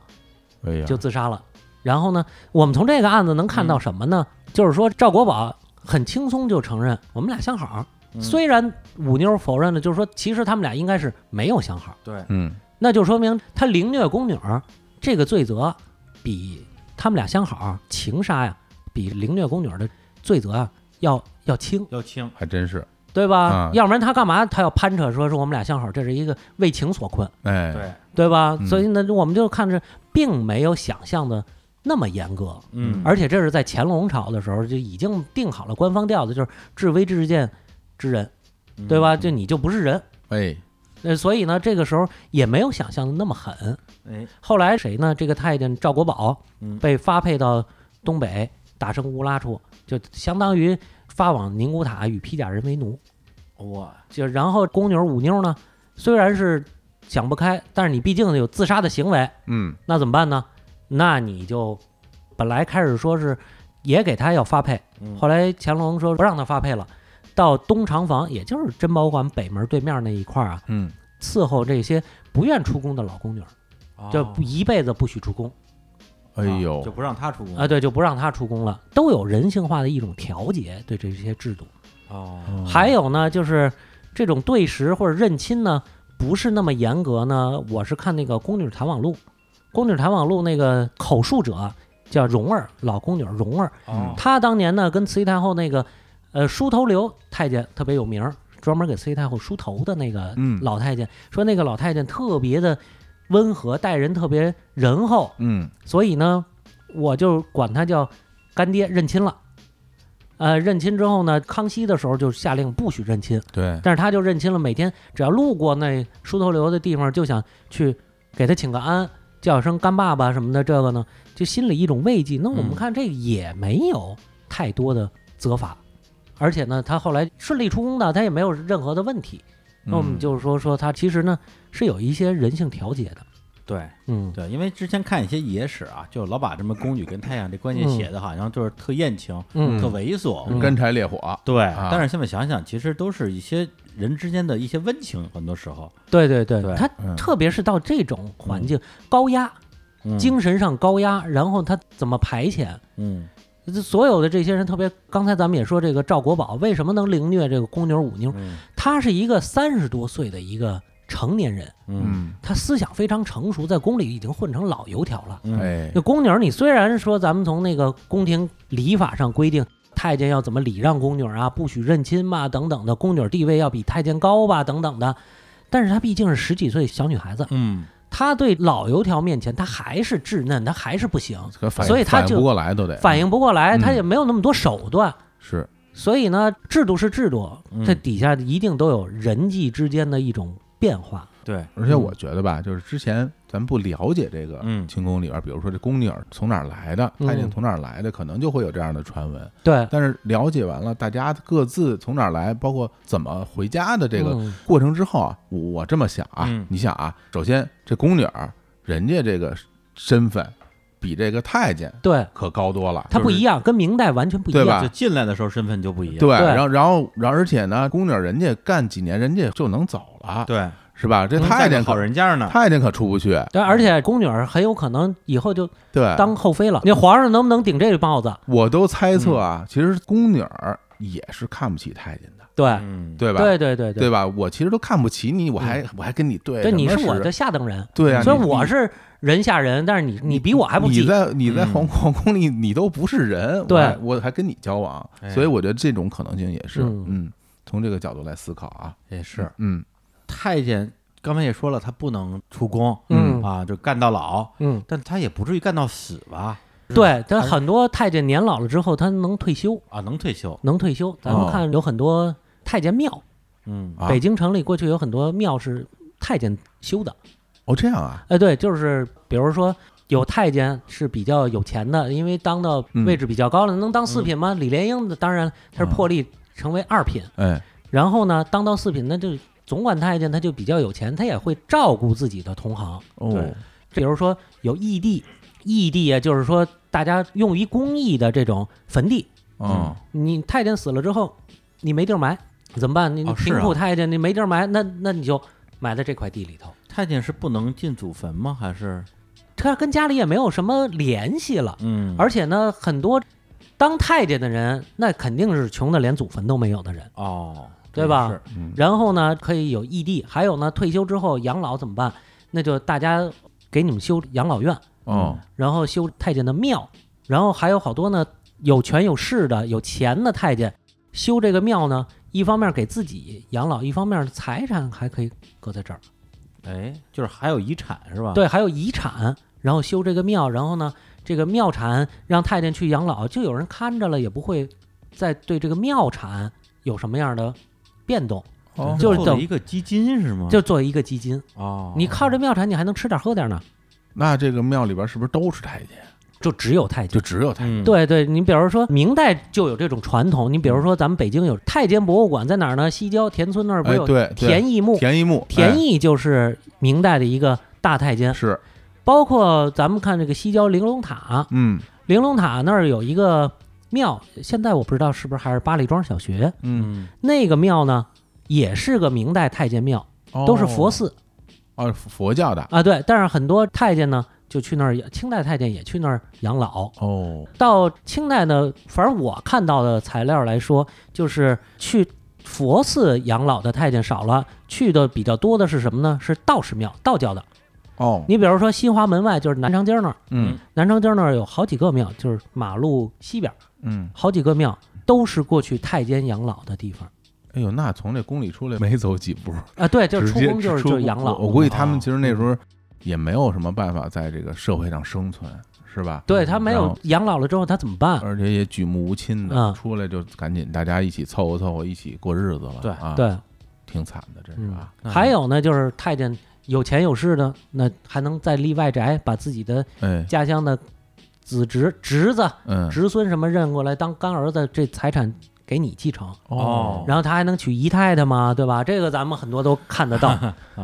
A: 哎呀，
C: 就自杀了。然后呢，我们从这个案子能看到什么呢？就是说赵国宝很轻松就承认我们俩相好，
B: 嗯
C: 虽然五妞否认了，就是说其实他们俩应该是没有相好，
B: 对，
A: 嗯，
C: 那就说明他凌虐宫女儿这个罪责比他们俩相好情杀呀，比凌虐宫女儿的罪责啊要要轻，
B: 要轻，
A: 还真是，
C: 对吧
B: 嗯
A: 啊？
C: 要不然他干嘛他要攀扯说是我们俩相好，这是一个为情所困，
A: 哎，
B: 对，
C: 对吧？
A: 嗯
C: 所以呢，我们就看着并没有想象的那么严格，
B: 嗯，
C: 而且这是在乾隆朝的时候就已经定好了官方调子，就是治威治贱之人，
B: 嗯
C: 对？吧？就你就不是人。
A: 哎，
C: 呃，所以呢，这个时候也没有想象的那么狠。
B: 哎，
C: 后来谁呢？这个太监赵国宝
B: 嗯
C: 被发配到东北打生乌拉处，就相当于发往宁古塔与披甲人为奴。
B: 哇，
C: 就然后宫女五妞呢，虽然是想不开，但是你毕竟有自杀的行为，
A: 嗯，
C: 那怎么办呢？那你就本来开始说是也给他要发配，
B: 嗯
C: 后来乾隆说不让他发配了，到东长房，也就是珍宝馆北门对面那一块儿啊，
A: 嗯，
C: 伺候这些不愿出宫的老宫女儿，就
B: 哦
C: 一辈子不许出宫。
A: 哎呦
B: 就，不让他出宫
C: 啊，对，就不让他出宫了，都有人性化的一种调节对这些制度。
B: 哦，
C: 还有呢，就是这种对食或者认亲呢，不是那么严格呢。我是看那个《宫女谈网录》，《宫女谈网录》那个口述者叫蓉儿，老宫女蓉儿，
B: 哦
C: 她当年呢跟慈禧太后那个呃梳头刘太监特别有名儿，专门给慈禧太后梳头的那个
A: 嗯
C: 老太监，说那个老太监特别的温和，待人特别仁厚，
A: 嗯
C: 所以呢，我就管他叫干爹认亲了。呃，认亲之后呢，康熙的时候就下令不许认亲，
A: 对，
C: 但是他就认亲了。每天只要路过那梳头流的地方，就想去给他请个安，叫一声干爸爸什么的。这个呢，就心里一种慰藉。那我们
B: 嗯
C: 看这个也没有太多的责罚，而且呢，他后来顺利出宫的，他也没有任何的问题。那我们
A: 嗯
C: 就是说说他其实呢是有一些人性调节的。
B: 对
C: 嗯，
B: 对，因为之前看一些野史啊，就老把这么宫女跟太阳这关系写的好像就是特艳情、
C: 嗯
B: 特猥琐，
C: 嗯
A: 干柴烈火，
B: 对。
A: 啊
B: 但是现在想想，其实都是一些人之间的一些温情，很多时候，
C: 对对对，
B: 对
C: 他
A: 嗯
C: 特别是到这种环境，高压，
B: 嗯
C: 精神上高压，然后他怎么排遣？
B: 嗯
C: 这所有的这些人，特别刚才咱们也说，这个赵国宝为什么能凌虐这个宫牛舞妞？
B: 嗯
C: 他是一个三十多岁的一个成年人，
B: 嗯
C: 他思想非常成熟，在宫里已经混成老油条了。
B: 嗯，
A: 哎
C: 那，宫女，你虽然说咱们从那个宫廷礼法上规定，太监要怎么礼让宫女啊，不许认亲吧，等等的，宫女地位要比太监高吧，等等的，但是她毕竟是十几岁小女孩子，
B: 嗯，
C: 她对老油条面前，她还是稚嫩，她还是不行，
A: 可反应
C: 所以他
A: 反应
C: 就
A: 不过来都得
C: 反应不过来，
A: 嗯
C: 她也没有那么多手段。
A: 是
C: 所以呢，制度是制度，
B: 嗯
C: 这底下一定都有人际之间的一种变化。
B: 对，
A: 而且我觉得吧，就是之前咱不了解这个
B: 嗯
A: 清宫里边，比如说这宫女儿从哪儿来的，
C: 嗯
A: 太监从哪儿来的，可能就会有这样的传闻。
C: 对，
A: 但是了解完了大家各自从哪儿来，包括怎么回家的这个
C: 嗯
A: 过程之后啊，我我这么想啊
B: 嗯，
A: 你想啊，首先这宫女儿人家这个身份比这个太监
C: 对，
A: 可高多了，
C: 它不一样，跟明代完全不一
A: 对
C: 样。
A: 吧
B: 就进来的时候身份就不一样，
A: 啊对，
C: 对
A: 然后然后然后而且呢，宫女儿人家干几年，人家就能走了，
B: 对，
A: 是吧？这
B: 能在
A: 太
B: 个
A: 监
B: 好
A: 可
B: 人家呢，
A: 太监可出不去，
C: 对，而且宫女儿很有可能以后就
A: 对，
C: 当后妃了。那皇上能不能顶这个帽子？
A: 我都猜
C: 嗯
A: 测啊，其实宫女儿也是看不起太监的，
C: 对，
B: 嗯，
A: 对吧？
C: 对对对嗯
A: 对，吧？我其实都看不起你，我还、我还跟你对
C: 对，你
A: 什
C: 是
A: 么
C: 我
A: 时
C: 的下等人，
A: 对啊，
C: 所以
A: 你
C: 我
A: 你
C: 是人下人，但是你你比我还不
A: 你
C: 济。
A: 在你在
B: 嗯
A: 皇皇宫里你都不是人，我
C: 对
A: 还我还跟你交往，
B: 哎
A: 所以我觉得这种可能性也是，
C: 嗯
A: 嗯，从这个角度来思考啊，
B: 也是
A: 嗯
B: 太监。刚才也说了，他不能出宫，
C: 嗯
B: 啊，就干到老，
C: 嗯，
B: 但他也不至于干到死吧？
C: 对，但
B: 还
C: 很多太监年老了之后，他能退休，
B: 啊，能退休，
C: 能退休。咱们
A: 哦
C: 看有很多太监庙，
B: 嗯
A: 啊
C: 北京城里过去有很多庙是太监修的。
A: 哦这样啊，
C: 哎，对，就是比如说有太监是比较有钱的，因为当到
A: 嗯
C: 位置比较高了，能当四品吗？李莲英的当然他
A: 啊
C: 是破例成为二品，
A: 哎，
C: 然后呢，当到四品那就总管太监他就比较有钱，他也会照顾自己的同行。
A: 哦
B: 对，
C: 比如说有义地，义地啊，就是说大家用于公益的这种坟地，
A: 嗯，
C: 你太监死了之后，你没地儿埋，怎么办？你你
B: 哦是
C: 贫
B: 啊
C: 苦太监，你没地儿埋，那那你就埋在这块地里头。
B: 太监是不能进祖坟吗？还是
C: 他跟家里也没有什么联系了，
B: 嗯
C: 而且呢，很多当太监的人，那肯定是穷的连祖坟都没有的人。
B: 哦，
C: 对
B: 这
C: 吧
B: 也是
A: 嗯
C: 然后呢，可以有异地，还有呢，退休之后养老怎么办？那就大家给你们修养老院，
A: 哦，
C: 然后修太监的庙，然后还有好多呢有权有势的有钱的太监修这个庙呢，一方面给自己养老，一方面财产还可以搁在这儿。
B: 哎，就是还有遗产是吧？，
C: 对，还有遗产，然后修这个庙，然后呢，这个庙产让太监去养老，就有人看着了，也不会再对这个庙产有什么样的变动，
A: 哦
C: 嗯就是
B: 做了一个基金是吗？
C: 就作为一个基金。
B: 哦，
C: 你靠这庙产，你还能吃点喝点呢，
A: 那这个庙里边是不是都是太监？
C: 就只有太
A: 就
C: 监。
A: 只有太监？
B: 嗯，
C: 对对，你比如说明代就有这种传统，你比如说咱们北京有太监博物馆在哪儿呢？西郊田村那儿不
A: 哎
C: 是，有
A: 对，对
C: 田义墓？
A: 田一木，
C: 田
A: 一
C: 义就是明代的一个大太监，
A: 是，
C: 包括咱们看这个西郊玲珑塔，
A: 嗯
C: 玲珑塔那儿有一个庙，现在我不知道是不是还是八里庄小学
A: 嗯，
B: 嗯，
C: 嗯那个庙呢，也是个明代太监庙，
A: 哦
C: 都是佛寺。
A: 哦，佛教的
C: 啊，对，但是很多太监呢就去那儿，清代太监也去那儿养老。
A: 哦，
C: 到清代呢，反正我看到的材料来说，就是去佛寺养老的太监少了，去的比较多的是什么呢？是道士庙，道教的。
A: 哦，
C: 你比如说新华门外就是南长街那儿，
A: 嗯
C: 南长街那儿有好几个庙，就是马路西边儿
A: 嗯，
C: 好几个庙都是过去太监养老的地方
A: 哎呦，那从这宫里出来没走几步，
C: 啊。对，就是
A: 直
C: 出
A: 接
C: 宫就是
A: 出
C: 就是嗯养老
A: 我，估计他们其实那时候也没有什么办法在这个社会上生存，是吧？
C: 对他没
A: 然
C: 有
A: 后
C: 养老了之后他怎么办？
A: 而且也举目无亲的，
C: 嗯
A: 出来就赶紧大家一起凑合凑合，一起过日子了。
B: 对
A: 啊，，
C: 对，
A: 挺惨的，真是
C: 嗯
A: 啊。，
B: 嗯
C: 还有呢，就是太监有钱有势的，那还能再立外宅，把自己的
A: 哎，
C: 家乡的子侄、侄子、
A: 嗯，
C: 侄孙什么认过来当干儿子，这财产给你继承。
B: 哦
C: 然后他还能娶姨太太嘛，对吧？这个咱们很多都看得到，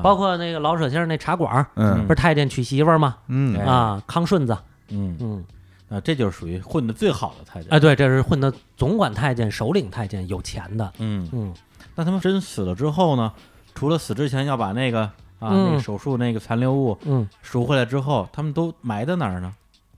C: 包括那个老舍先生那茶馆儿，
A: 嗯
C: 不是太监娶媳妇儿吗？
A: 嗯
B: 哎
C: 啊，康顺子，
B: 嗯
C: 嗯，
B: 啊，这就是属于混的最好的太监。
C: 啊，对，这是混的总管太监、首领太监，有钱的，
B: 嗯，
C: 嗯，
B: 那他们真死了之后呢？除了死之前要把那个啊、
C: 嗯
B: 那个手术那个残留物
C: 嗯，
B: 赎回来之后，他们都埋在哪儿呢？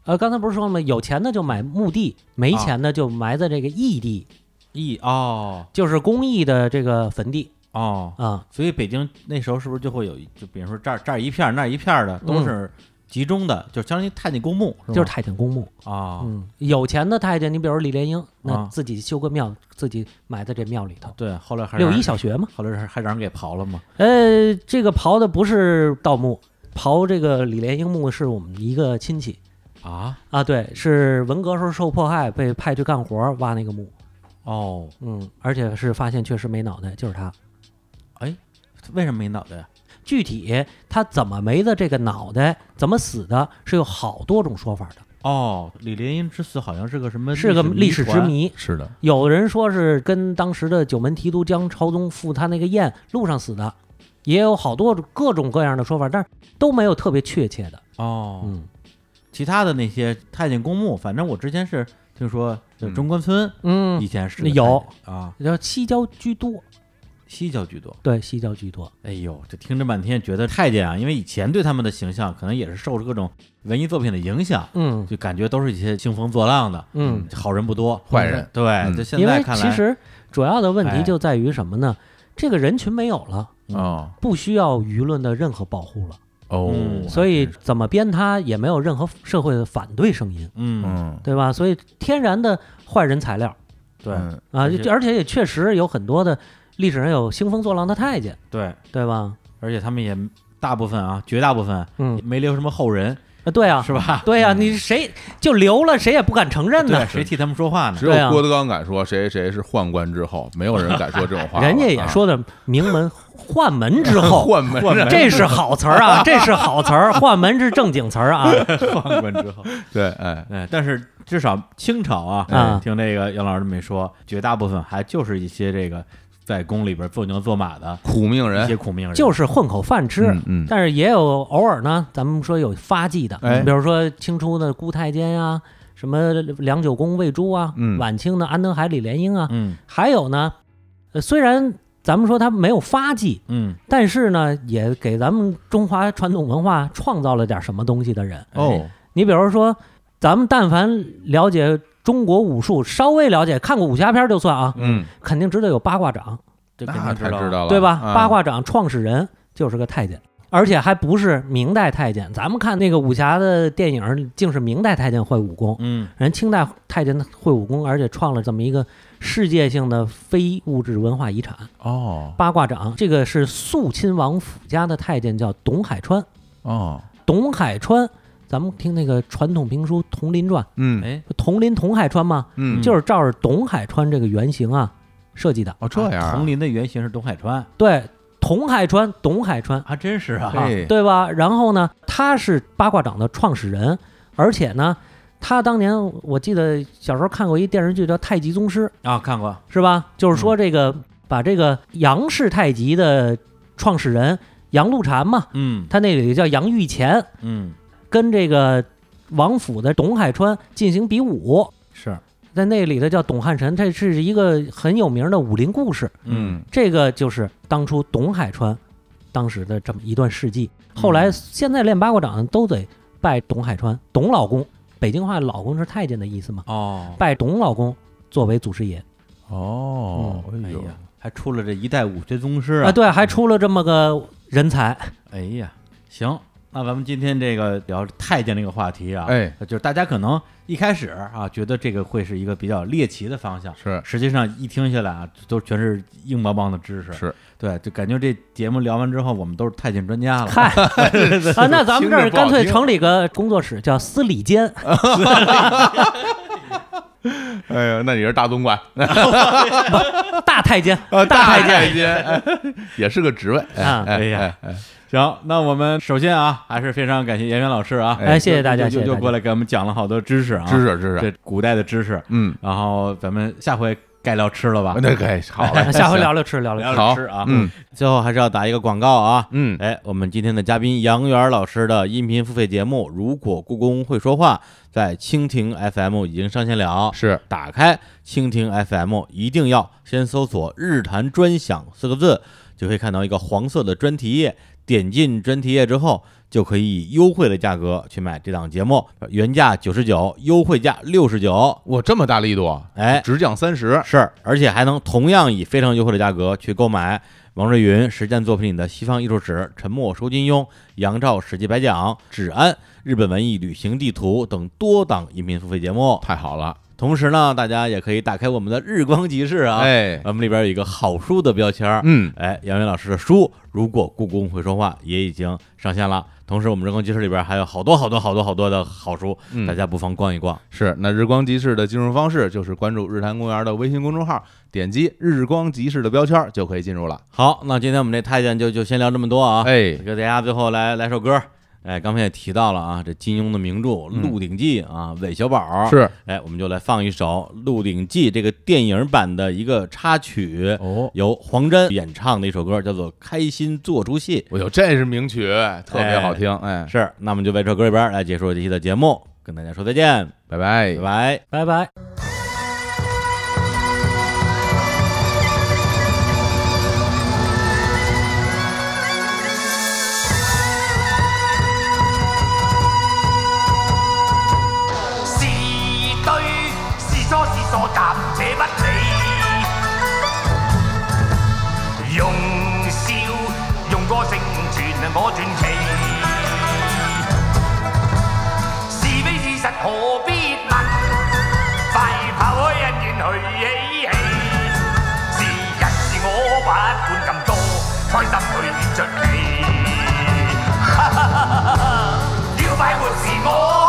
C: 呃，刚才不是说了吗？有钱的就买墓地，没
B: 啊
C: 钱的就埋在这个义地，
B: 一哦
C: 就是公益的这个坟地
B: 哦，
C: 啊，
B: 所以北京那时候是不是就会有一，就比如说这儿这儿一片儿那儿一片儿的都是集中的，就相当于太监公墓，
C: 就是
B: 吧
C: 太监公墓。
B: 啊、
C: 嗯，有钱的太监，你比如李莲英，那
B: 啊
C: 自己修个庙，自己埋在这庙里头。
B: 对，后来还
C: 六一
B: 让
C: 小学嘛，
B: 后来还让人给刨了嘛，
C: 呃，这个刨的不是盗墓，刨这个李莲英墓是我们一个亲戚
B: 啊
C: 啊，对，是文革时候受迫害，被派去干活儿挖那个墓。
B: 哦，
C: 嗯，而且是发现确实没脑袋，就是他。
B: 为什么没脑袋呀？
C: 具体他怎么没的这个脑袋，怎么死的，是有好多种说法的，
B: 哦，李莲英之死好像是个什么
C: 是个历史之
B: 团，
C: 谜。
A: 是的，
C: 有人说是跟当时的九门提督江朝宗赴他那个宴路上死的，也有好多各种各样的说法，但是都没有特别确切的。
B: 哦，
C: 嗯
B: 其他的那些太监公墓，反正我之前是听说，就中关村以
C: 嗯，
B: 前是
C: 那
B: 个
C: 有
B: 太监啊，
C: 然后嗯西郊居多，
B: 西郊居多。
C: 对，西郊居多。
B: 哎呦，这听着半天觉得太监啊，因为以前对他们的形象可能也是受着各种文艺作品的影响，
C: 嗯
B: 就感觉都是一些兴风作浪的，
C: 嗯，
B: 好人不多，
A: 坏人
B: 对，
A: 嗯
B: 就现
C: 因
B: 在
C: 为
B: 看
C: 其
B: 来，
C: 实主要的问
B: 哎
C: 题就在于什么呢？这个人群没有了，
B: 嗯
A: 哦
C: 不需要舆论的任何保护了，
A: 哦
B: 嗯，
C: 所以
A: 还真是
C: 怎么编他也没有任何社会的反对声音，
B: 嗯，
A: 嗯，
C: 对吧？所以天然的坏人材料。
B: 对
A: 嗯
C: 啊，
B: 而
C: 就
B: 且
C: 就而且也确实有很多的历史上有兴风作浪的太监，
B: 对，
C: 对吧？
B: 而且他们也大部分啊，绝大部分
C: 嗯
B: 也，没留什么后人，
C: 啊，对啊，
B: 是吧？
C: 对啊，你谁就留了，谁也不敢承认
B: 对，
C: 呢。
B: 谁替他们说话呢
A: 只？
C: 对啊
A: 有郭德纲敢说谁谁是宦官之后，没有人敢说这种话了。
C: 人家也
A: 啊
C: 说的名门宦门之后，
A: 宦门人，
C: 这是好词儿啊，这是好词儿，宦门是正经词儿啊。
B: 宦官之后。
A: 对，哎，
B: 哎，但是至少清朝啊，
C: 啊
B: 听这个杨老师这么一说，绝大部分还就是一些这个在宫里边做牛做马的
A: 苦命
B: 一些
A: 人，
B: 苦命人，
C: 就是是混口饭吃。
A: 嗯嗯
C: 但是也有偶尔呢，咱们说有发迹的，
A: 哎
C: 比如说清初的顾太监啊，什么梁九公魏珠啊，
A: 嗯
C: 晚清的安德海李莲英啊，
B: 嗯
C: 还有呢，呃，虽然咱们说他没有发迹，
B: 嗯
C: 但是呢，也给咱们中华传统文化创造了点什么东西的人。
A: 哦，
C: 你比如说，咱们但凡了解中国武术，稍微了解看过武侠片就算啊，
A: 嗯，
C: 肯定知道有八卦掌，
B: 这肯
A: 那
B: 定
A: 才
B: 道啊
A: 知，道了，
C: 对吧？
A: 啊
C: 八卦掌创始人就是个太监，而且还不是明代太监。咱们看那个武侠的电影，竟是明代太监会武功，
B: 嗯
C: 人清代太监会武功，而且创了这么一个世界性的非物质文化遗产。
A: 哦
C: 八卦掌，这个是肃亲王府家的太监，叫董海川。
A: 哦，
C: 董海川，咱们听那个传统评书《佟林传
A: 嗯
B: 哎》，
C: 佟林董海川嘛，
A: 嗯，
C: 就是照着董海川这个原型啊设计的。
A: 哦这样啊
B: 佟林的原型是董海川，
C: 对，董海川，董海川，
B: 还真是啊，
C: 啊
A: 嘿，
C: 对吧？然后呢，他是八卦掌的创始人，而且呢，他当年我记得小时候看过一电视剧叫《太极宗师》，
B: 啊看过，
C: 是吧？就是说这个、把这个杨氏太极的创始人杨露禅嘛，
B: 嗯
C: 他那里叫杨玉乾，
B: 嗯
C: 跟这个王府的董海川进行比武，
B: 是，
C: 在那里的叫董汉神，这是一个很有名的武林故事。
A: 嗯
C: 这个就是当初董海川当时的这么一段事迹。后来现在练八卦掌都得拜董海川，董老公，北京话老公是太监的意思嘛，
B: 哦
C: 拜董老公作为祖师爷
A: 哦，哎
C: 嗯
B: 哎
A: 呦，
B: 呀，还出了这一代武学宗师
C: 啊，对，还出了这么个人才，
B: 哎呀，行，那咱们今天这个聊太监这个话题啊，
A: 哎，
B: 就是大家可能一开始啊，觉得这个会是一个比较猎奇的方向，
A: 是
B: 实际上一听下来啊，都全是硬邦邦的知识，
A: 是，
B: 对，就感觉这节目聊完之后，我们都是太监专家了，
C: 嗨啊，那咱们这
A: 听着
C: 儿
A: 不好
C: 干脆
A: 听
C: 成立个工作室，叫司礼监，
A: 哎呀，那你是大总 管，
C: 大太监
A: 呃，
C: 大太
A: 太监，哎 也是个职位，哎
C: 啊
B: 哎呀，行，那我们首先啊，还是非常感谢严元老师啊，
C: 哎谢谢大家
B: 又
C: 谢谢
B: 又又
C: 大家
B: 过来给我们讲了好多知识啊，
A: 知识知识，
B: 这古代的知识，
A: 嗯，
B: 然后咱们下回该聊吃了
C: 啊
B: 吧，
A: 那可以好嘞，
C: 下回聊聊吃，聊聊
A: 嗯
B: 聊
C: 吃。
A: 好
B: 聊吃啊，
A: 嗯
B: 最后还是要打一个广告啊，
A: 嗯，
B: 哎，我们今天的嘉宾杨元老师的音频付费节目《如果故宫会说话》在蜻蜓 FM 已经上线了，
A: 是
B: 打开蜻蜓 FM，一定要先搜索“日坛专享”四个字，就可以看到一个黄色的专题页。点进专题页之后，就可以以优惠的价格去买这档节目，原价九十九，优惠价六十九。
A: 我这么大力度，
B: 哎，
A: 只讲三十，
B: 是，而且还能同样以非常优惠的价格去购买王瑞云实践作品里的《西方艺术史》《沉默收金庸》《杨照史记白讲》《止安》《日本文艺旅行地图》等多档音频付费节目。
A: 太好了，
B: 同时呢，大家也可以打开我们的日光集市啊，
A: 哎，
B: 我们里边有一个好书的标签儿。
A: 嗯，
B: 哎，杨云老师的书《如果故宫会说话》也已经上线了。同时，我们日光集市里边还有好多好多好多好多的好书，
A: 嗯
B: 大家不妨逛一逛。
A: 是，那日光集市的进入方式就是关注日坛公园的微信公众号，点击日光集市的标签儿就可以进入了。
B: 好，那今天我们这太监就就先聊这么多啊。
A: 哎，
B: 给大家最后来来首歌。哎，刚才也提到了啊，这金庸的名著《鹿鼎记》啊，韦小宝。
A: 嗯是
B: 哎，我们就来放一首《鹿鼎记》这个电影版的一个插曲，
A: 哦，
B: 由黄沾演唱的一首歌，叫做《开心做出戏》。
A: 我有这是名曲，特别好听，哎，
B: 是，那我们就为这首歌里边来结束这期的节目，跟大家说再见，
A: 拜拜
B: 拜。拜。
C: 拜拜。
E: 是對是錯是傻暫且不理。用笑用歌聲傳我傳奇，是非事實何必問？快拋開恩怨去嬉戲，是人是我不管咁多，開心去演出戲。要快活是我。